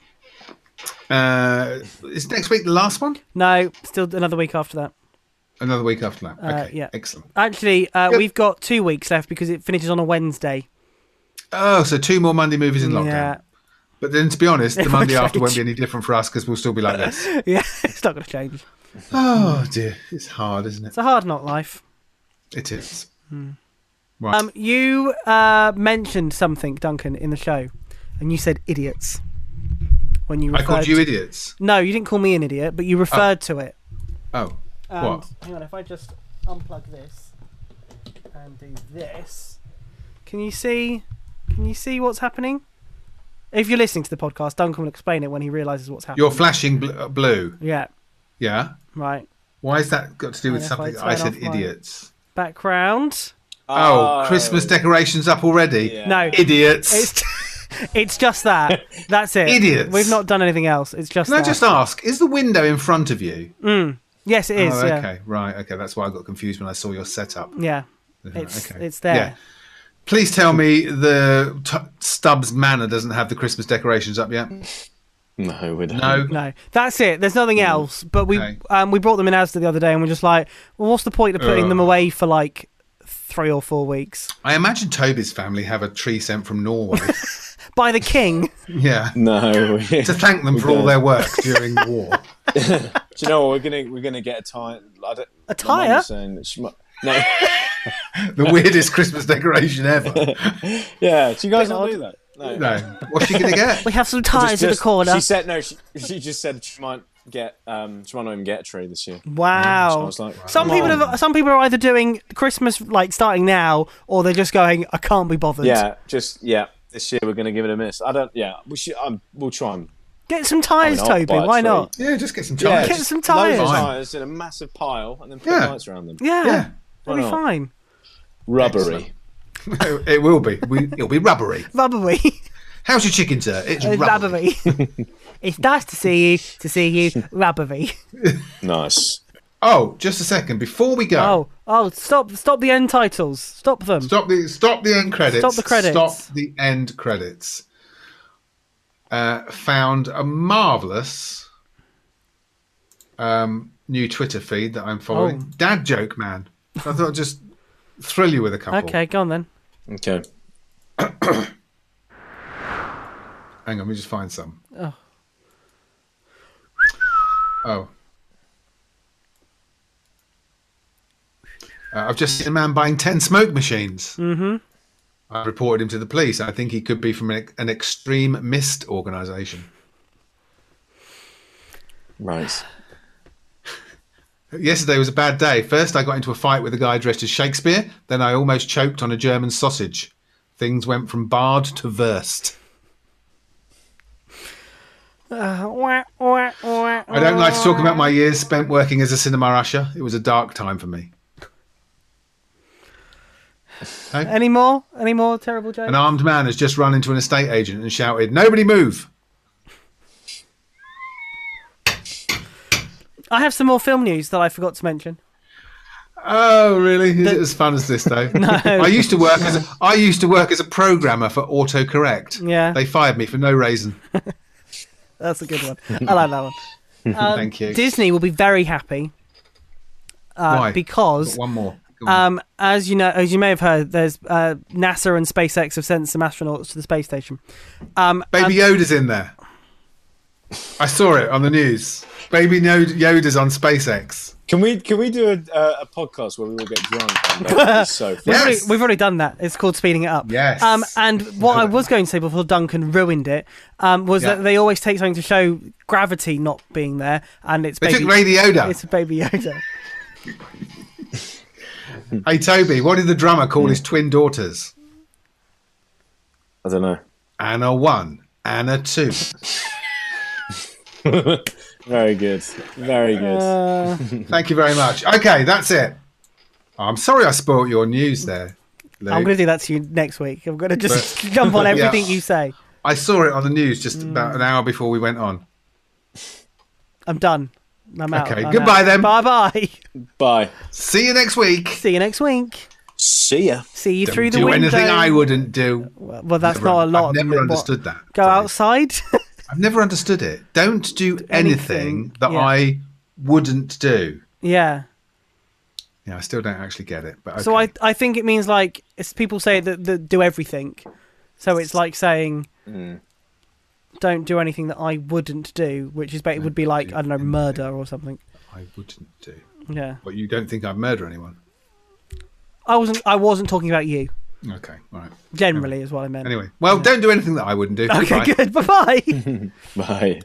uh, is next week the last one?
No, still another week after that.
Another week after that. Okay,
Uh, yeah.
excellent.
Actually, uh,
Good.
we've got two weeks left because it finishes on a Wednesday.
Oh, so two more Monday movies in lockdown.
Yeah.
But then, to be honest, the
It
Monday
won't
after won't be
change.
any different for us because we'll still be like this.
Yeah, it's not going to change. It's
Oh dear, it's hard, isn't it?
a hard knock life.
It is.
Hmm. Um, you uh, mentioned something, Duncan, in the show, and you said idiots when you
I
referred.
called you
to-
idiots.
No, you didn't call me an idiot, but you referred to it.
Oh,
And,
what?
Hang on, if I just unplug this and do this, can you see? Can you see what's happening? If you're listening to the podcast, Duncan will explain it when he realizes what's happening.
You're flashing bl- uh, blue.
yeah,
Yeah.
right.
Why has that got to do with
And Oh, if I
something that I
turn
said
off my-
idiots?
Background.
Oh, Christmas decorations up already.
Yeah.
No,
Idiots.
it's it's just that. That's it.
Idiots.
We've not done anything else. It's just.
Can I
that.
just ask, is the window in front of you?
Yes, it is.
oh,
yeah.
okay. Right. Okay. That's why I got confused when I saw your setup.
Yeah. It's
okay.
it's there.
Yeah. Please tell me the t- Stubbs Manor doesn't have the Christmas decorations up yet.
No, we don't.
No.
No, that's it. There's nothing else. But we
Mm. Okay.
um, we brought them in Asda the other day, and we're just like, well, what's the point of putting them
Ugh.
away for like three or four weeks
I imagine Toby's family have a tree sent from Norway.
by the king?
yeah.
No. Do
To thank them for all their work during the war.
you know what? We're gonna we're gonna get a tire. I don't, a
tire?
Saying that she might, no.
The weirdest Christmas decoration ever.
Yeah. Do you guys not
odd.
do that? No.
No. What's she going to get?
We have some ties
Just-
in the
just-
corner.
She said no. She, she just said she might get. Um, she might not even get a tree this year. So I
Wow.
was like,
Some
come
people
on.
have, some people are either doing Christmas like starting now, or they're just going, I can't be bothered.
Yeah. Just yeah. This year we're gonna give it a miss. I don't. Yeah. We should. Um, we'll try and.
Get some ties,
I mean, I'll
Toby.
buy a
Why
tree.
not?
Yeah, just get some
Yeah,
tires.
Get
just
some
Loads of
tires.
tires in a massive pile and then put
Yeah.
lights around them.
Yeah.
Yeah.
It'll be
not?
fine.
Rubbery.
Excellent. it will be. We, it'll be rubbery.
Rubbery.
How's your chicken, sir? It's rubbery.
Rubbery. it's nice to see you. To see you. Rubbery.
Nice.
Oh, just a second. Before we go,
Oh, oh, stop, stop the end titles. Stop them.
Stop the stop the end credits.
Stop the credits.
Stop the end credits. Uh, found a marvelous um, new Twitter feed that I'm following.
Oh.
Dad joke man. I thought I'd just thrill you with a couple.
Okay, go on then.
Okay.
Hang on, let me just find some. Oh. Uh, I've just seen a man buying 10 smoke machines. Mm-hmm. I reported him to the police. I think he could be from an, an extreme mist organisation.
Right.
Yesterday was a bad day. First, I got into a fight with a guy dressed as Shakespeare. Then I almost choked on a German sausage. Things went from barred to versed. I
I
don't like to talk about my years spent working as a cinema usher. It was a dark time for me.
Any more? Any more terrible jokes?
An armed man has just run into an estate agent and shouted, Nobody move!
I have some more film news that I forgot to mention.
Oh, really? Is it as fun as this, though? no. I used to work as a, I used to work as a programmer for autocorrect.
Yeah.
They fired me for no reason.
That's a good one. I like that one.
Thank you.
Disney will be very happy
Why?
because
Got one more. Go on.
Um, as you know, as you may have heard, there's uh, NASA and SpaceX have sent some astronauts to the space station.
Baby Yoda's in there. I saw it on the news. Baby Yo- Yoda's on SpaceX.
Can we can we do a, uh, a podcast where we all get drunk? And uh, so fun.
We've already-
Yes.
we've already done that. It's called speeding it up.
Yes.
Um, and what I was going to say before Duncan ruined it um, was
Yeah.
that they always take something to show gravity not being there, and it's
They
baby,
took Baby Yoda.
it's baby Yoda.
Hey, Toby, what did the drummer call his twin daughters?
I don't know.
Anna 1, Anna 2.
Very good. Very good.
Thank you very much. Okay, that's it. Oh, I'm sorry I spoilt your news there. Luke.
I'm going to do that to you next week. I'm going to just jump on everything you say.
I saw it on the news just about an hour before we went on.
I'm done. I'm out.
Okay, goodbye then.
Bye bye.
Bye.
See you next week.
See you next week.
See ya.
See you through the
do
window.
anything I wouldn't do.
Well, that's not a lot.
I've never
but what-
understood that.
Go outside.
I've never understood it. Don't do anything
anything,
that
yeah.
I wouldn't do.
yeah.
Yeah, I still don't actually get it. But
So I,
okay.
I think it means like it's people say that, that do everything. So it's like saying don't do anything that I wouldn't do, which is it would be like I don't know murder or something.
I wouldn't do.
Yeah,
But you don't think I'd murder anyone?
I wasn't. I wasn't talking about you
Okay, all right.
generally, is what I meant.
Anyway, well, don't do anything that I wouldn't do.
Okay,
Bye.
good. Bye bye.
Bye.